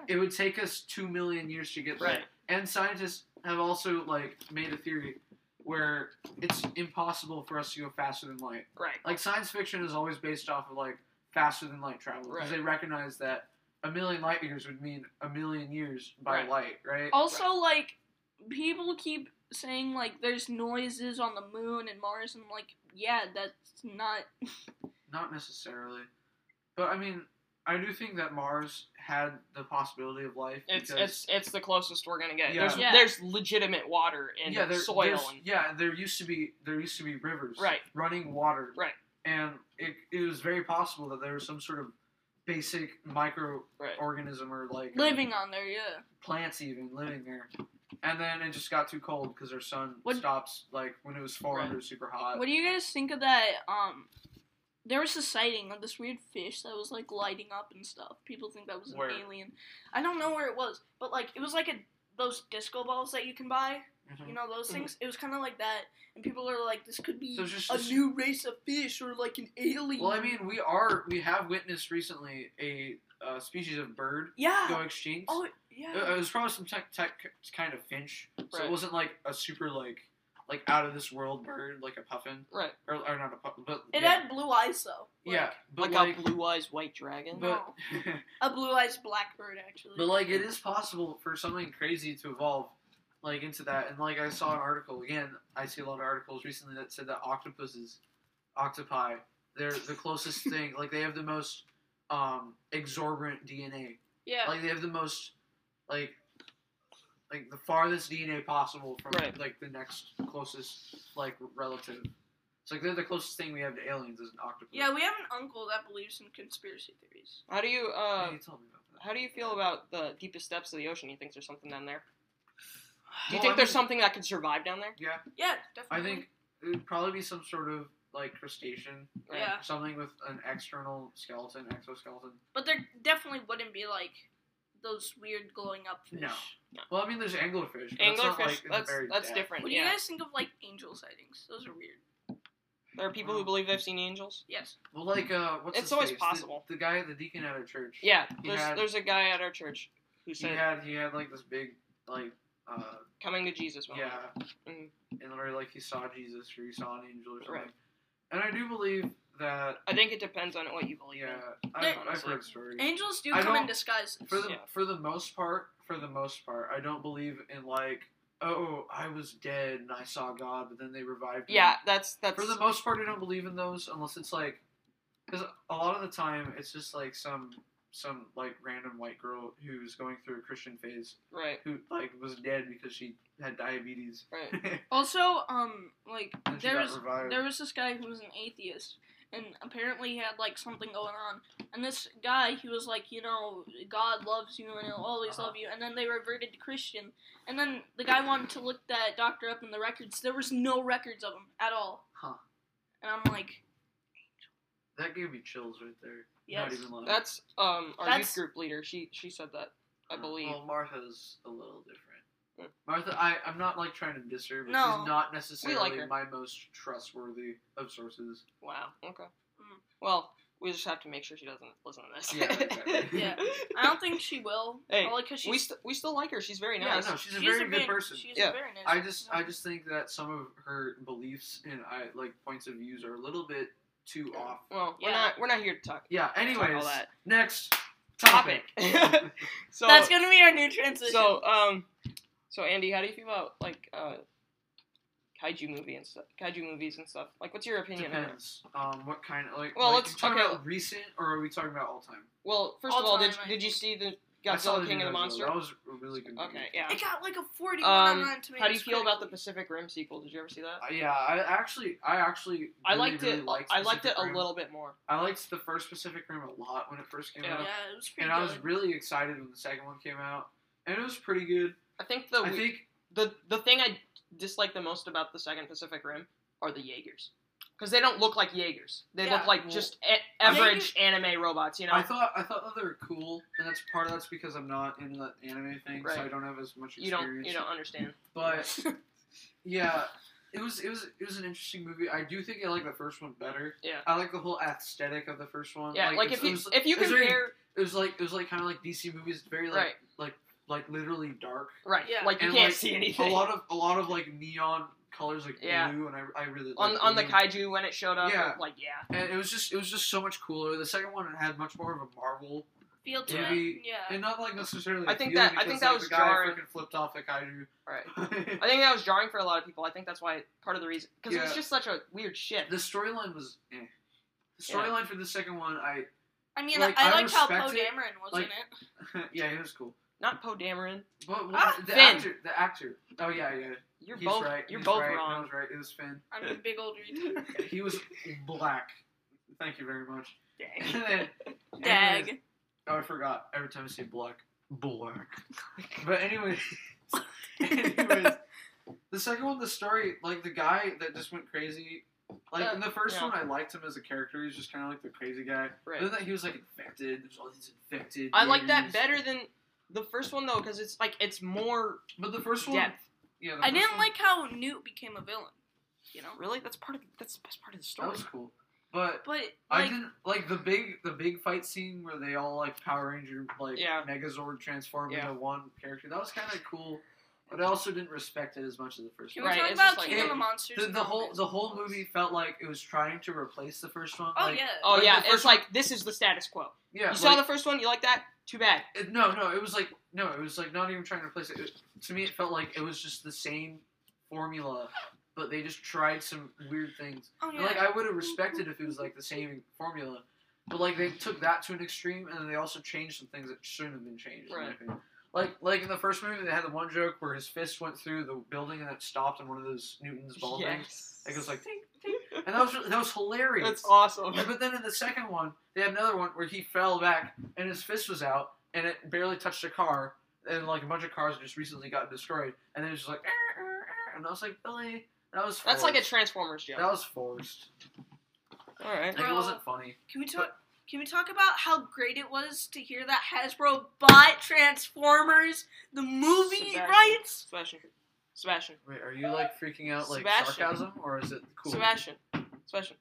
it would take us two million years to get there. Right. And scientists have also like made a theory where it's impossible for us to go faster than light. Right. Like science fiction is always based off of like faster than light travel because Right. they recognize that a million light years would mean a million years by Right. light, right? Also, like people keep saying like there's noises on the moon and Mars, and like yeah, that's not. Not necessarily, but I mean, I do think that Mars had the possibility of life. It's because, it's it's the closest we're gonna get. Yeah. There's Yeah. there's legitimate water and yeah, there, soil there's- and yeah, there used to be there used to be rivers, Right. running water, Right. and it, it was very possible that there was some sort of basic microorganism right. or like uh, Living on there, yeah. plants even living there. And then it just got too cold because their sun What- stops like when it was 400 it was super hot. What do you guys think of that? Um, there was a sighting of this weird fish that was like lighting up and stuff. People think that was an Where? alien. I don't know where it was, but like it was like a those disco balls that you can buy. Mhm. You know those Mhm. things. It was kind of like that, and people are like, "This could be So it's just a this- new race of fish or like an alien." Well, I mean, we are we have witnessed recently a uh, species of bird go Ah. yeah. extinct. Oh, It- yeah. It was probably some tech, tech kind of finch, so Right. it wasn't like a super like like out of this world bird, like a puffin Right. or, or not a puffin, but It yeah, had blue eyes though. yeah, but Like, like, a blue eyes white dragon. blue- but A blue eyes blackbird actually. [laughs] but like it is possible for something crazy to evolve like into that, and like I saw an article again. I see a lot of articles recently that said that octopuses, octopi, they're the closest [laughs] thing. Like they have the most um exorbitant DNA. yeah. Like they have the most, like, like the farthest DNA possible from Right. like the next closest like relative. It's like they're the closest thing we have to aliens is an octopus. yeah, we have an uncle that believes in conspiracy theories. How do you uh Yeah, you told me about that. how do you feel about the deepest depths of the ocean? You think there's something down there? Do you Oh, Well, think Oh, I there's mean- something that could survive down there? Yeah, Yeah, I definitely. think it would probably be some sort of like crustacean, Right. Yeah. something with an external skeleton, exoskeleton. But there definitely wouldn't be like those weird glowing up fish. No. Well, I mean, there's anglerfish. But that's not, Anglerfish, like, in the that's very that's depth. different. What do yeah. you guys think of like angel sightings? Those are weird. there are people who Um, believe they've seen angels. Yes. Well, like, uh, what's It's his always face? The- possible. The, guy, the deacon at our church. Yeah, He there's had- there's a guy at our church who He said had he had like this big like uh coming to Jesus moment. Yeah. Oh. Mm. And where like he saw Jesus or he saw an angel or something. Right. And I do believe that I think it depends on what you believe. yeah, in. I've, There- I've honestly. heard stories. Angels do I come in don't- disguises. For the Yeah. for the most part, for the most part, I don't believe in like oh I was dead and I saw God, but then they revived me. Yeah, that's that's For the most part, I don't believe in those unless it's like because a lot of the time it's just like some some like random white girl who's going through a Christian phase right. who like was dead because she had diabetes. Right. [laughs] and Also, um, like she there was got revived. there was this guy who was an atheist, and apparently he had like something going on. And this guy, he was like, you know, God loves you and he'll always Uh-huh. love you. And then they reverted to Christian. And then the guy wanted to look that doctor up in the records. There was no records of him at all. Huh. And I'm like, That gave me chills right there. yes. Not even lying. That's um our That's- youth group leader. She she said that. I Uh, believe. Well, Martha's a little Mm. different. Martha, I, I'm not like trying to diss her, but No. she's not necessarily her. my most trustworthy of sources. Wow. Okay. Mm. Well, we just have to make sure she doesn't listen to this. Yeah, [laughs] exactly. Yeah. I don't think she will. Hey, Probably 'cause we she's, st- we still like her. She's very Yeah, nice. no, she's a she's very good very- person. She's Yeah. a very nice I just, I person. just think that some of her beliefs and I like points of views are a little bit too off. Well, we're Yeah. not we're not here to talk. Yeah. talk Anyways, all that next topic. topic. [laughs] so That's going to be our new transition. so um so Andy, how do you feel about like uh kaiju movie and stuff? Kaiju movies and stuff. Like, what's your opinion on it? Depends. Um, what kind of like? Well, like, let's- you talking okay. about recent or are we talking about all time? Well, first All of all, time, did I did you think. see the I saw Godzilla King of the Godzilla. Monster? That was a really good. movie. Okay, yeah. It got like a 41 Um, on Rotten Tomatoes. How do you feel about the critically. Pacific Rim sequel? Did you ever see that? Uh, yeah, I actually, I actually, really, I liked really it. Liked I liked it Pacific a Rim. little bit more. I liked the first Pacific Rim a lot when it first came Yeah. out, Yeah, it was pretty and I was good. really excited when the second one came out, and it was pretty good. I think the I we- think the the thing I dislike the most about the second Pacific Rim are the Jaegers. Because they don't look like Jaegers. They Yeah, look like well, just a- average anime robots, you know? I thought I thought that they were cool, and that's part of that's because I'm not into that anime thing, so I Right. don't have as much you experience. don't you don't understand. Mm-hmm. But [laughs] yeah, it was it was it was an interesting movie. I do think I like the first one better. Yeah. I like the whole aesthetic of the first one. Yeah, like, it's- if you it was, if you it was very- compare it was like it was like kind of like DC movies, very like right like like literally dark. right Yeah. like you and, can't like, see [laughs] A anything lot of a lot of like neon colors, like Yeah. blue, and I, I really on liked on the blue. kaiju when it showed up. mm-hmm. Yeah. like yeah, And it was just it was just so much cooler. The second one had much more of a Marvel, feel to movie- it. Yeah. and not like necessarily. I think feel, that- I because, think like, that was the guy jarring. freaking flipped off the kaiju. [laughs] right. I think that was jarring for a lot of people. I think that's why part of the reason because it was Yeah. just such a weird shit. the storyline was. Eh. The storyline for the second one, I [laughs] I mean, like, I, I liked how Poe respect it, Dameron was like- in it. yeah, it was cool. Not Poe Dameron. But what, Ah, the Finn. actor, the actor. Oh yeah, yeah. You're He's both right. you're He's both right. I [laughs] wrong. was right. It was Finn. I'm a big [laughs] old retard. He was black. Thank you very much. [laughs] And [laughs] then, anyways, Dag. Oh, I forgot. Every time I say black, black. [laughs] but anyways, anyways, the second one, the story, like the guy that just went crazy. Like in the first Uh, Yeah. one, I liked him as a character. He was just kind of like the crazy guy. Right. But then he was like infected. There's all these infected. I like that yaters. better than the first one though, because it's like it's more But the first one, depth. yeah, the I first didn't one- like how Newt became a villain, you know? Really, that's part of that's the best part of the That story. was cool. But But, I like, didn't like the big the big fight scene where they all like Power Ranger like Yeah. Megazord transform Yeah. into one character. That was kind of cool, but I also didn't respect it as much as the first can we one. Right, talk it's about just like- King of Hey, the Monsters? The, and the whole Zombies? the whole movie felt like it was trying to replace the first one. Oh, like, yeah. Oh Like, yeah, the it's first one- like this is the status quo. yeah. you saw the like, first one, you like that? Too bad. it- no no it was like no it was like not even trying to replace it. It- To me, it felt like it was just the same formula, but they just tried some weird things. Oh, And, yeah. like I would have respected if it was like the same formula, but like they took that to an extreme, and then they also changed some things that shouldn't have been changed. in my Right. opinion. Like like in the first movie, they had the one joke where his fist went through the building and it stopped in one of those Newton's ball things. Yes. It goes like, and that was that was hilarious. that's awesome. And- But then in the second one, they had another one where he fell back and his fist was out and it barely touched a car. And like a bunch of cars just recently got destroyed, and then it's just like, "Eh, eh, eh," and I was like, Billy, that was That's like a forced. Transformers joke. that was forced. All right. Like, it Bro. wasn't funny. Can we talk? Can we talk about how great it was to hear that Hasbro bought Transformers the movie Sebastian. rights? Sebastian. Sebastian. Wait, are you like freaking out like Sebastian. sarcasm or is it cool? Sebastian. Sebastian.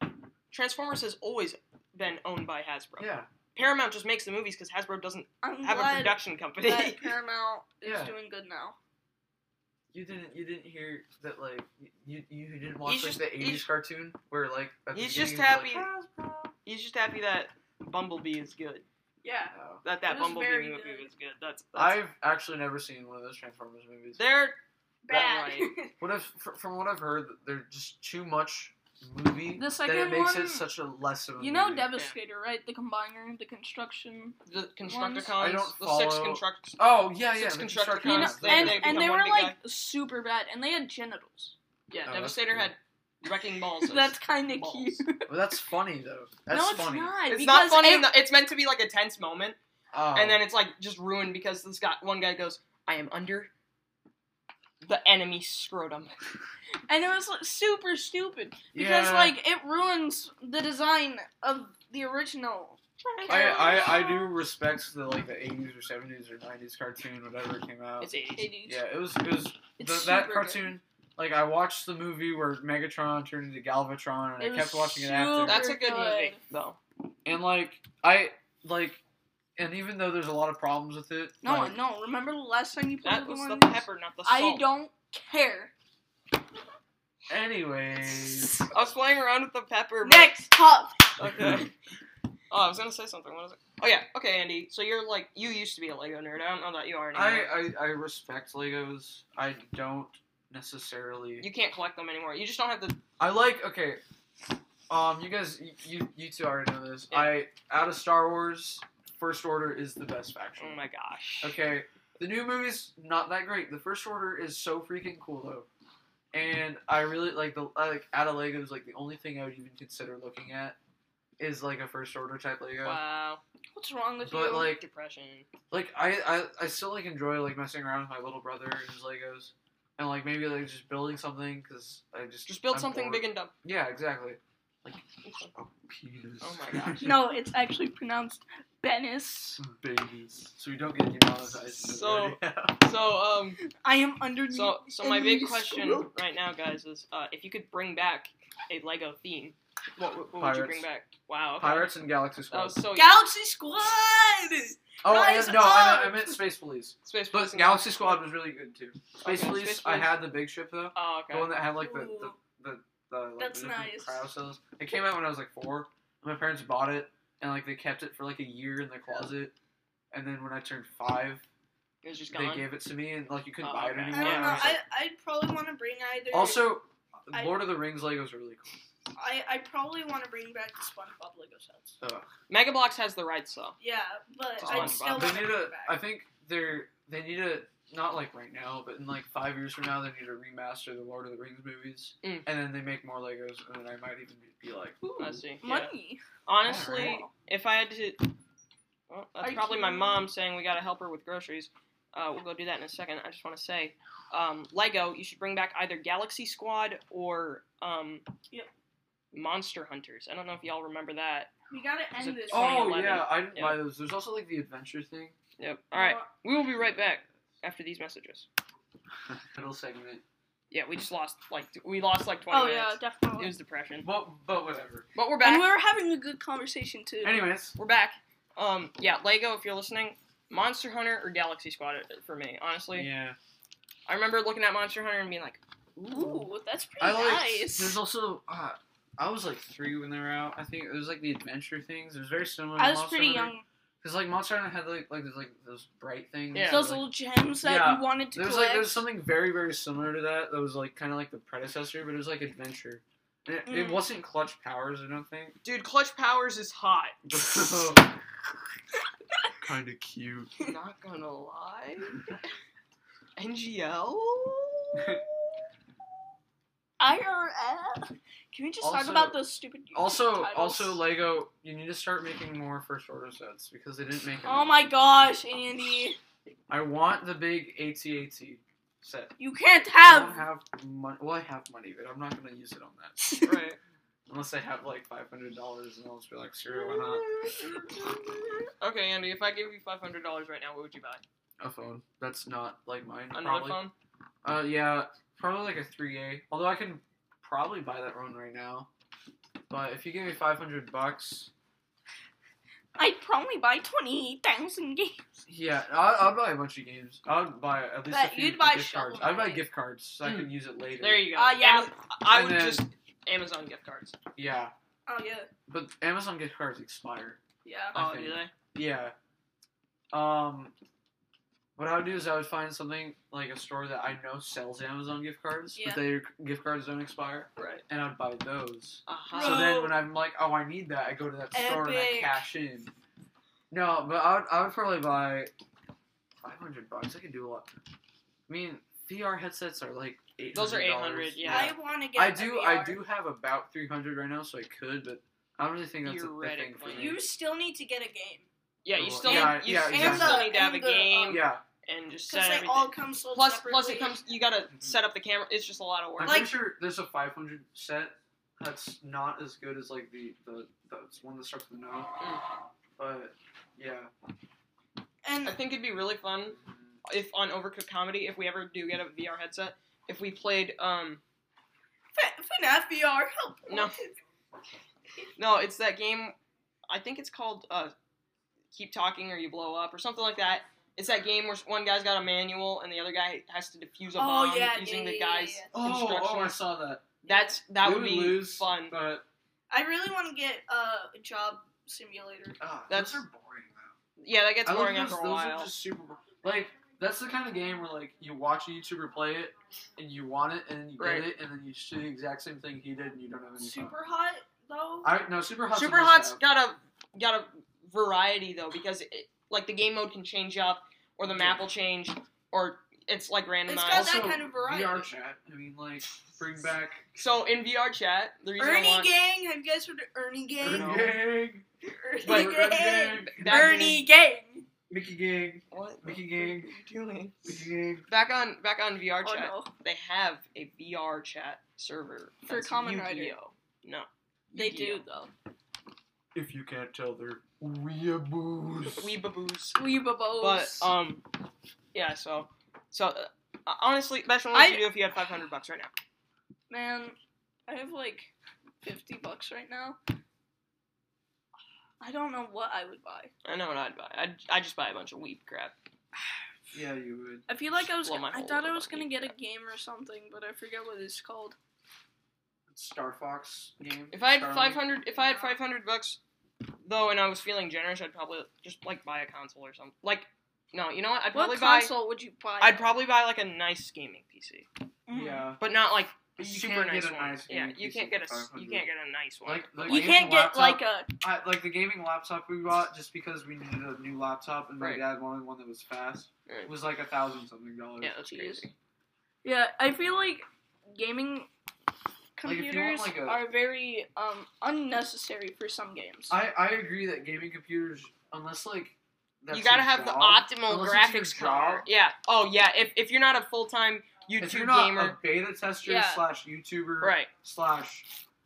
Transformers has always been owned by Hasbro. Yeah, Paramount just makes the movies because Hasbro doesn't I'm have a glad production company. that Paramount is Yeah. doing good now. you didn't you didn't hear that like you you didn't watch He's like just- the he's- eighties cartoon where like at the he's beginning just it was, [laughs] He's just happy that Bumblebee is good. Yeah. Like, "Oh." That It that was Bumblebee very movie good. was good. That's, that's I've actually never seen one of those Transformers movies. they're Bad. That [laughs] What if fr- from what I've heard, they're just too much movie The that it second makes one- it such a less of a you know movie. Devastator, right? The combiner, the construction. the I Constructicons. don't The six follow- Construct. Oh yeah, yeah. Six the Constructicons, You know, Cons, they- and they and become they one were big like super bad, and they had genitals. Yeah, Oh, that's Devastator cool. had Wrecking balls. [laughs] That's kind of balls. cute. Well, that's funny though. That's no, it's funny. not. It's not because funny. ev- in the- it's meant to be like a tense moment, Oh. and then it's like just ruined because this guy, one guy goes, "I am under the enemy scrotum." and it was like, super stupid because Yeah. like it ruins the design of the original. I, I, I do respect the like the eighties or seventies or nineties cartoon, whatever came out. It's eighties. It is- yeah, it was it was it's the, that super cartoon. Like I watched the movie where Megatron turned into Galvatron, and It I was kept watching it super- after. That's a good movie Good. though. and like I like, and even though there's a lot of problems with it, Good. No, like, no. Remember the last time you played That was one the of these? pepper, not the I salt. don't care. [laughs] Anyways, I was playing around with the pepper. but- Next top. Okay. oh, I was gonna say something. What is it? Oh yeah. Okay, Andy. So you're like you used to be a Lego nerd. I don't know that you are anymore. I, I I respect Legos. I don't necessarily. you can't collect them anymore. You just don't have the. I like okay. Um, you guys, you you, you two already know this. Yeah. I out of Star Wars, First Order is the best faction. Oh my gosh. Okay, the new movie's not that great. The First Order is so freaking cool though, and I really like the like out of Legos. Like the only thing I would even consider looking at is like a First Order type Lego. Wow. What's wrong with But you? like, Depression. like I, I I still like enjoy like messing around with my little brother and his Legos, and like maybe like just building something because I just Just build I'm something bored. big and dumb. Yeah, exactly. Like a penis. Oh my [laughs] gosh. no, it's actually pronounced Venice. Babies. So we don't get demonetized. So- So um. I am under. So so my and big you question scroll- right now, guys, is uh, if you could bring back a Lego theme, what, what would you Pirates. bring back? Wow. Okay. Pirates and Galaxy That Squad. was so. Galaxy Squad. oh, I, Rise no, I, up! meant- I meant Space e- Police. Space But Police- Galaxy Squad was really good too. Space Okay, Police, Space I Police. had the big ship though, Oh, the okay. one that had like the the Ooh. the, the, like, That's the different nice. cryo cells. It came out when I was like four. My parents bought it and like they kept it for like a year in their closet, and then when I turned five, It was just they gone. gave it to me and like you couldn't Oh, buy it okay. I anymore. I don't and know. I was I like- I'd probably want to bring either. also, I- Lord of the Rings Legos are really cool. I I probably want to bring back the SpongeBob Lego sets. Ugh. Mega Bloks has the rights though. Yeah, but It's I'd SpongeBob. still want They to need bring to. it back. I think they're. They need to. Not like right now, but in like five years from now, they need to remaster the Lord of the Rings movies, Mm. and then they make more Legos, and then I might even be like, I "Ooh." see. Yeah. Money. Honestly, Alright. if I had to, well, that's Are probably my you- mom saying we gotta help her with groceries. Uh, we'll go do that in a second. I just want to say, um, Lego, you should bring back either Galaxy Squad or um, Yep. Monster Hunters. I don't know if y'all remember that. We gotta Is end it this. "Oh 2011. yeah, I didn't Yeah. buy those." There's also like the adventure thing. Yep. All Oh, right, we will be right back after these messages. [laughs] Middle segment, Yeah, we just lost like we lost like twenty Oh yeah, minutes. It definitely. was depression, but but whatever. but we're And back. we were having a good conversation too. Anyways, We're back. Um, yeah, Lego, if you're listening, Monster Hunter or Galaxy Squad uh, for me, honestly. yeah, I remember looking at Monster Hunter and being like, ooh. Ooh, that's pretty I like. There's nice. also. Uh, I was like three when they were out. I think it was like the adventure things. It was very similar. I to was Monster pretty Hunter. young. Cause like Monster Hunter had like like those like those bright things. Yeah. that, Those like, little gems that Yeah. you wanted to There was collect. like there was something very very similar to that that was like kind of like the predecessor, but it was like adventure. And It, it Mm. wasn't Clutch Powers, I don't [laughs] think. [laughs] Dude, Clutch Powers is hot. [laughs] kind of cute. Not gonna [laughs] lie. NGL? IRL. Can we just talk Also- about those stupid? YouTube Also, titles? also Lego, you need to start making more first order sets because they didn't make. Oh enough. my gosh, Andy! I want the big ATAT set. You can't I don't [laughs] have. have money. Well, I have money, but I'm not gonna use it on [laughs] that right. unless I have like five hundred dollars, and I'll just be like, screw, it, why not? Okay, Andy, if I give you $500 right now, what would you buy? A phone that's not like mine. Another probably. phone? Uh, yeah, probably like a three A. Although I can probably buy that one right now. But if you give me five hundred bucks, I'd probably buy twenty thousand games. yeah, I'll, I'll buy a bunch of games. I'll buy at least But a few you'd buy gift Shovel cards. I'd buy Knight. Hmm. gift cards so I Mm. can use it later. There you go. Ah, yeah. Amaz- I I And would then- just Amazon gift cards. yeah, Oh yeah, but Amazon gift cards expire. yeah. I Oh, do think. they? Yeah. Um, what I would do is I would find something like a store that I know sells Amazon gift cards, Yeah. but their gift cards don't expire, Right. and I'd buy those. Uh-huh. So then Bro. when I'm like, oh, I need that, I go to that store and I Epic. cash in. No, but I would, I would probably buy 500 bucks. I could do a lot. I mean, VR headsets are like eight. Those are eight hundred. Yeah. I want to get. I a do. VR. I do have about three hundred right now, so I could, but I don't really think that's a the thing for Theoretically. me. You still need to get a game Yeah, you Yeah, still yeah, need, you yeah, still exactly. need to have a And the- game and yeah, and just set because they everything. all come sold plus, separately. plus it comes. You gotta Mhm. set up the camera. It's just a lot of work. I'm Like- pretty sure there's a five hundred set that's not as good as like the the that's one that starts with an O. Mm. But yeah, I And think it'd be really fun Oh, if on Overcooked Comedy, if we ever do get a VR headset, if we played. um F- FNAF VR, help. No. No, it's that game. I think it's called uh, "Keep Talking or You Blow Up" or something like that. It's that game where one guy's got a manual and the other guy has to defuse a bomb oh yeah, using yeah, the yeah, yeah, guy's yeah. oh, oh, I instructions. saw that. That's that We would be lose, fun. But I really want to get uh, a job simulator. ah, That's- those are boring though. Yeah, that gets I boring love after a those- while. Those are just super. Like that's the kind of game where like you watch a YouTuber play it and you want it and you Right. get it and then you just do the exact same thing he did and you don't have any fun. Super hot though. I no super hot. Super Hot's got a got a variety though because it, like the game mode can change up or the map will change or it's like It's randomized. got that kind of variety. VR chat. I mean, like bring back so in VR chat, the reason I Ernie want Gang, have you guys heard of Ernie Gang? Ernie No. Gang, Wait, Ernie Ernie Gang. Gang, that Ernie Gang. Mickey Gang, what Mickey Gang, are you doing? Mickey Gang. Back on back on VR Oh chat, no. they have a VR chat server For that's Kamen Rider. Yu-Gi-Oh. [laughs] No, They Yu-Gi-Oh. do though. If you can't tell, they're weeaboos. Weebaboos. Weebabos. But um, yeah. So so uh, honestly, Bashman, what I- would you do if you had five hundred bucks right now? man, I have like fifty bucks right now. I don't know what I would buy. I know what I'd buy. I'd, I'd just buy a bunch of weep crap. yeah, you would. I feel like I was. Blow my I whole thought I little was gonna money. get a game or something, but I forget what it's called. Star Fox game. If I had Starlink. five hundred, if I had five hundred bucks, though, and I was feeling generous, I'd probably just like buy a console or something. Like, no, you know what? I'd probably What buy. console would you buy? I'd probably buy like a nice gaming PC, Mm. yeah. but not like a But you super can't nice get a one. nice yeah, gaming you PC can't get a for s- you 500. can't get a nice one. Like, like You gaming can't get like laptop- a. I, like the gaming laptop we bought just because we needed a new laptop and my Right. dad wanted one that was fast. Right. It was like a thousand something dollars. yeah, that's Jeez. crazy. Yeah, I feel like gaming Like, if you want, computers like, a- are very um unnecessary for some games. I, I agree that gaming computers, unless like that's you gotta your have the job- optimal unless it's graphics your card. job, Yeah. Oh yeah. If if you're not a full time If you're YouTube not gamer, a beta tester Yeah. slash YouTuber right, slash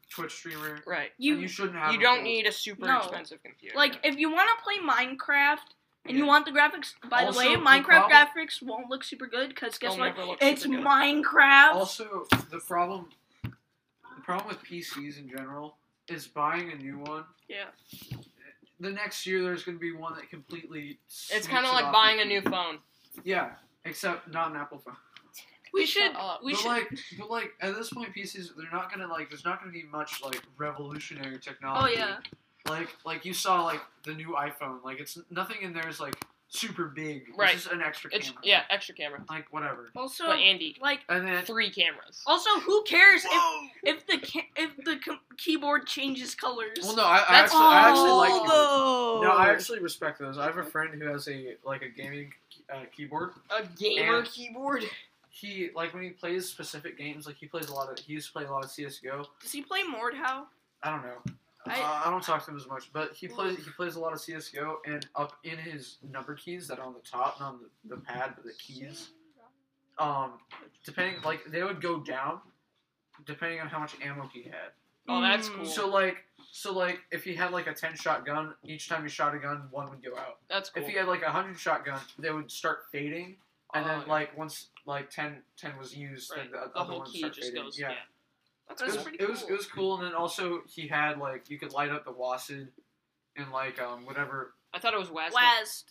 Twitch streamer, right. you, you you shouldn't have. You a don't full- need a super No. expensive computer. like if you want to play Minecraft and you Yeah. want the graphics. By Also, the way, the Minecraft problem- Oh, graphics won't look super good because guess They'll what? never look It's super good. Minecraft. Also, the problem, the problem with PCs in general is buying a new one. yeah. The next year, there's gonna be one that completely. It's sweeps kind it of like off buying your a new feet. phone. Yeah, except not an Apple phone. We should. up. We but should. like, but like at this point, PCs they're not gonna like. There's not gonna be much like revolutionary oh technology. yeah. Like like you saw like the new iPhone. Like it's nothing in there is like super big. Right. It's just an extra It's camera. yeah, extra camera. Like whatever. Also, But Andy, like And then three cameras. also, who cares if if the ca- if the com- keyboard changes colors? well, no, I, I That's Oh. actually I actually all like the- keyboards. No, I actually respect those. I have a friend who has a like a gaming uh, keyboard. a gamer And- keyboard. He like when he plays specific games, like he plays a lot of. He used to play a lot of CS:GO. Does he play Mordhau? I don't know. I- I, uh, I don't talk to him as much, but he plays he plays a lot of CS:GO, and up in his number keys that are on the top, not on the, the pad, but the keys. Um, depending like they would go down, depending on how much ammo he had. Oh, that's Mm. cool. So like so like if he had like a ten shot gun, each time he shot a gun, one would go out. That's cool. If he had like a hundred shotgun, they would start fading, and Oh, then yeah. like once like 10, 10 was used, Right. then the, the, other whole ones key start just fading. goes. Yeah. Yeah. It That's was, pretty it was cool. it was cool, and then also he had like you could light up the Wasid and like um whatever I thought it was Waz. Wazd.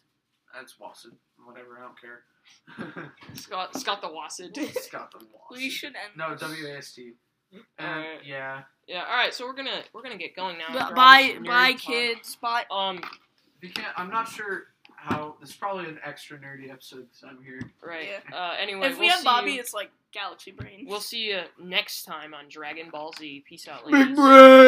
that's Wasid whatever I don't [laughs] care. Scott Scott the Uh, Wasid. it's got the We Wasid. should end. No W A S T. And Alright. yeah, yeah. All right. So we're gonna we're gonna get going now. B- after all Um, bye, this nerd bye, talk. kids. Bye. Um. you can't. I'm not sure how. It's probably an extra nerdy episode because I'm here. Right. Yeah. Uh. Anyway, If we we'll have see Bobby, you- it's like Galaxy Brain. we'll see you next time on Dragon Ball Z. Peace out, ladies. Big brain.